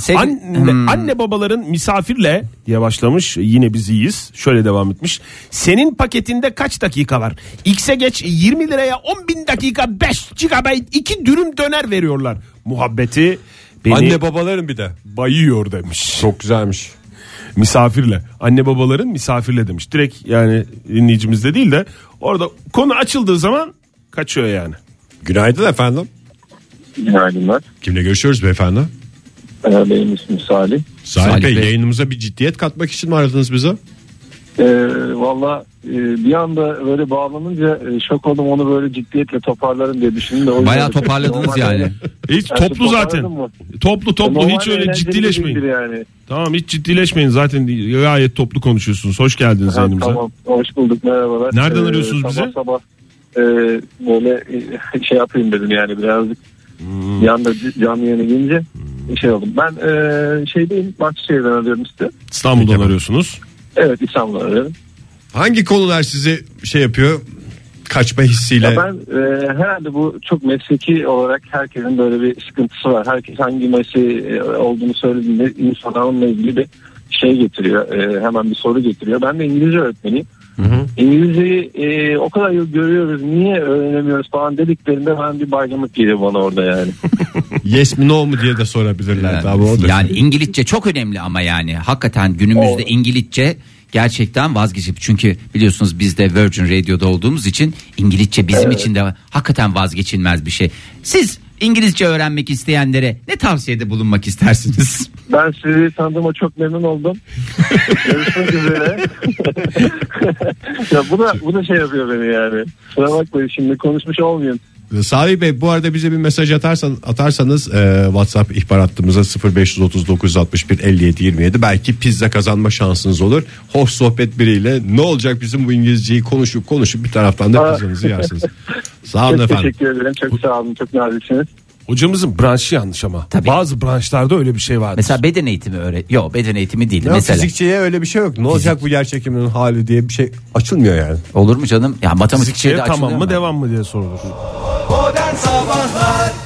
S4: sevgi-
S5: Anne,
S4: Hmm.
S5: anne babaların misafirle diye başlamış. Yine biz iyiyiz. Şöyle devam etmiş. Senin paketinde kaç dakika var? X'e geç 20 liraya 10 bin dakika 5 GB 2 dürüm döner veriyorlar. Muhabbeti beni
S3: Anne babaların bir de.
S5: bayıyor demiş.
S3: Çok güzelmiş.
S5: Misafirle. Anne babaların misafirle demiş. Direkt yani dinleyicimizde değil de orada konu açıldığı zaman kaçıyor yani.
S3: Günaydın efendim.
S7: Günaydınlar.
S3: Kimle görüşüyoruz beyefendi?
S7: Ee, benim ismim Salih.
S3: Salih,
S4: Salih
S3: Bey,
S4: Bey.
S3: yayınımıza bir ciddiyet katmak için mi aradınız bize?
S7: Ee, Valla e, bir anda böyle bağlanınca e, şok oldum onu böyle ciddiyetle toparlarım diye düşündüm. de o yüzden
S4: Bayağı
S7: de çok-
S4: toparladınız
S7: Normalde-
S4: yani.
S5: Hiç
S7: Yani
S5: toplu zaten.
S7: toparladın mı?
S5: Toplu toplu hiç
S7: E, Normalde
S5: öyle
S7: eğlenceli
S5: ciddileşmeyin.
S7: değildir Yani.
S5: Tamam hiç ciddileşmeyin zaten gayet toplu konuşuyorsunuz. Hoş geldiniz
S7: Ha,
S5: yayınımıza.
S7: tamam hoş bulduk merhabalar. Ee,
S5: Nereden arıyorsunuz
S7: sabah
S5: bizi?
S7: Sabah e, böyle e, şey yapayım dedim yani birazcık
S5: Hmm.
S7: bir anda c- canlı yayına gelince şey oldum. Ben e, şeydeyim Bahçeşehir'den arıyorum işte.
S5: İstanbul'dan arıyorsunuz.
S7: Evet İstanbul'dan arıyorum.
S3: Hangi konular sizi şey yapıyor? Kaçma hissiyle.
S7: Ya ben e, herhalde bu çok mesleki olarak herkesin böyle bir sıkıntısı var. Herkes hangi mesleği e, olduğunu söylediğinde insan alanla ilgili bir şey getiriyor. E, hemen bir soru getiriyor. Ben de İngilizce öğretmeniyim. İngilizceyi e, o kadar yıl görüyoruz niye öğrenemiyoruz falan dediklerinde ben bir baygınlık geliyor bana orada yani.
S3: Yes mi no mu diye de sorabilirler.
S4: Yani,
S3: tabii o da.
S4: yani İngilizce çok önemli ama yani hakikaten günümüzde İngilizce gerçekten vazgeçip çünkü biliyorsunuz biz de Virgin Radio'da olduğumuz için İngilizce bizim için de hakikaten vazgeçilmez bir şey. Siz İngilizce öğrenmek isteyenlere ne tavsiyede bulunmak istersiniz?
S7: Ben sizi tanıdığıma çok memnun oldum. Görüşmek üzere. ya bu da, bu da şey yapıyor beni yani. Kusura bakmayın şimdi konuşmuş olmayayım.
S3: Salih Bey bu arada bize bir mesaj atarsan, atarsanız e, WhatsApp ihbar hattımıza 0539 61 57 27 belki pizza kazanma şansınız olur. Hoş sohbet biriyle ne olacak bizim bu İngilizceyi konuşup konuşup bir taraftan da
S7: Aa.
S3: pizzanızı yersiniz. Sağ olun
S7: Çok
S3: efendim.
S7: teşekkür ederim. Çok sağ olun. Çok naziksiniz.
S5: Hocamızın branşı yanlış ama. Bazı branşlarda öyle bir şey vardır.
S4: Mesela beden eğitimi öğret. Yok beden eğitimi değil.
S3: Ya
S4: mesela.
S3: fizikçiye öyle bir şey yok. Ne olacak bu gerçekimin hali diye bir şey açılmıyor yani.
S4: Olur mu canım? Ya matematikçiye de
S5: Fizikçiye tamam
S4: açılıyor
S5: mı
S4: mu?
S5: devam mı diye sorulur.
S10: Modern Sabahlar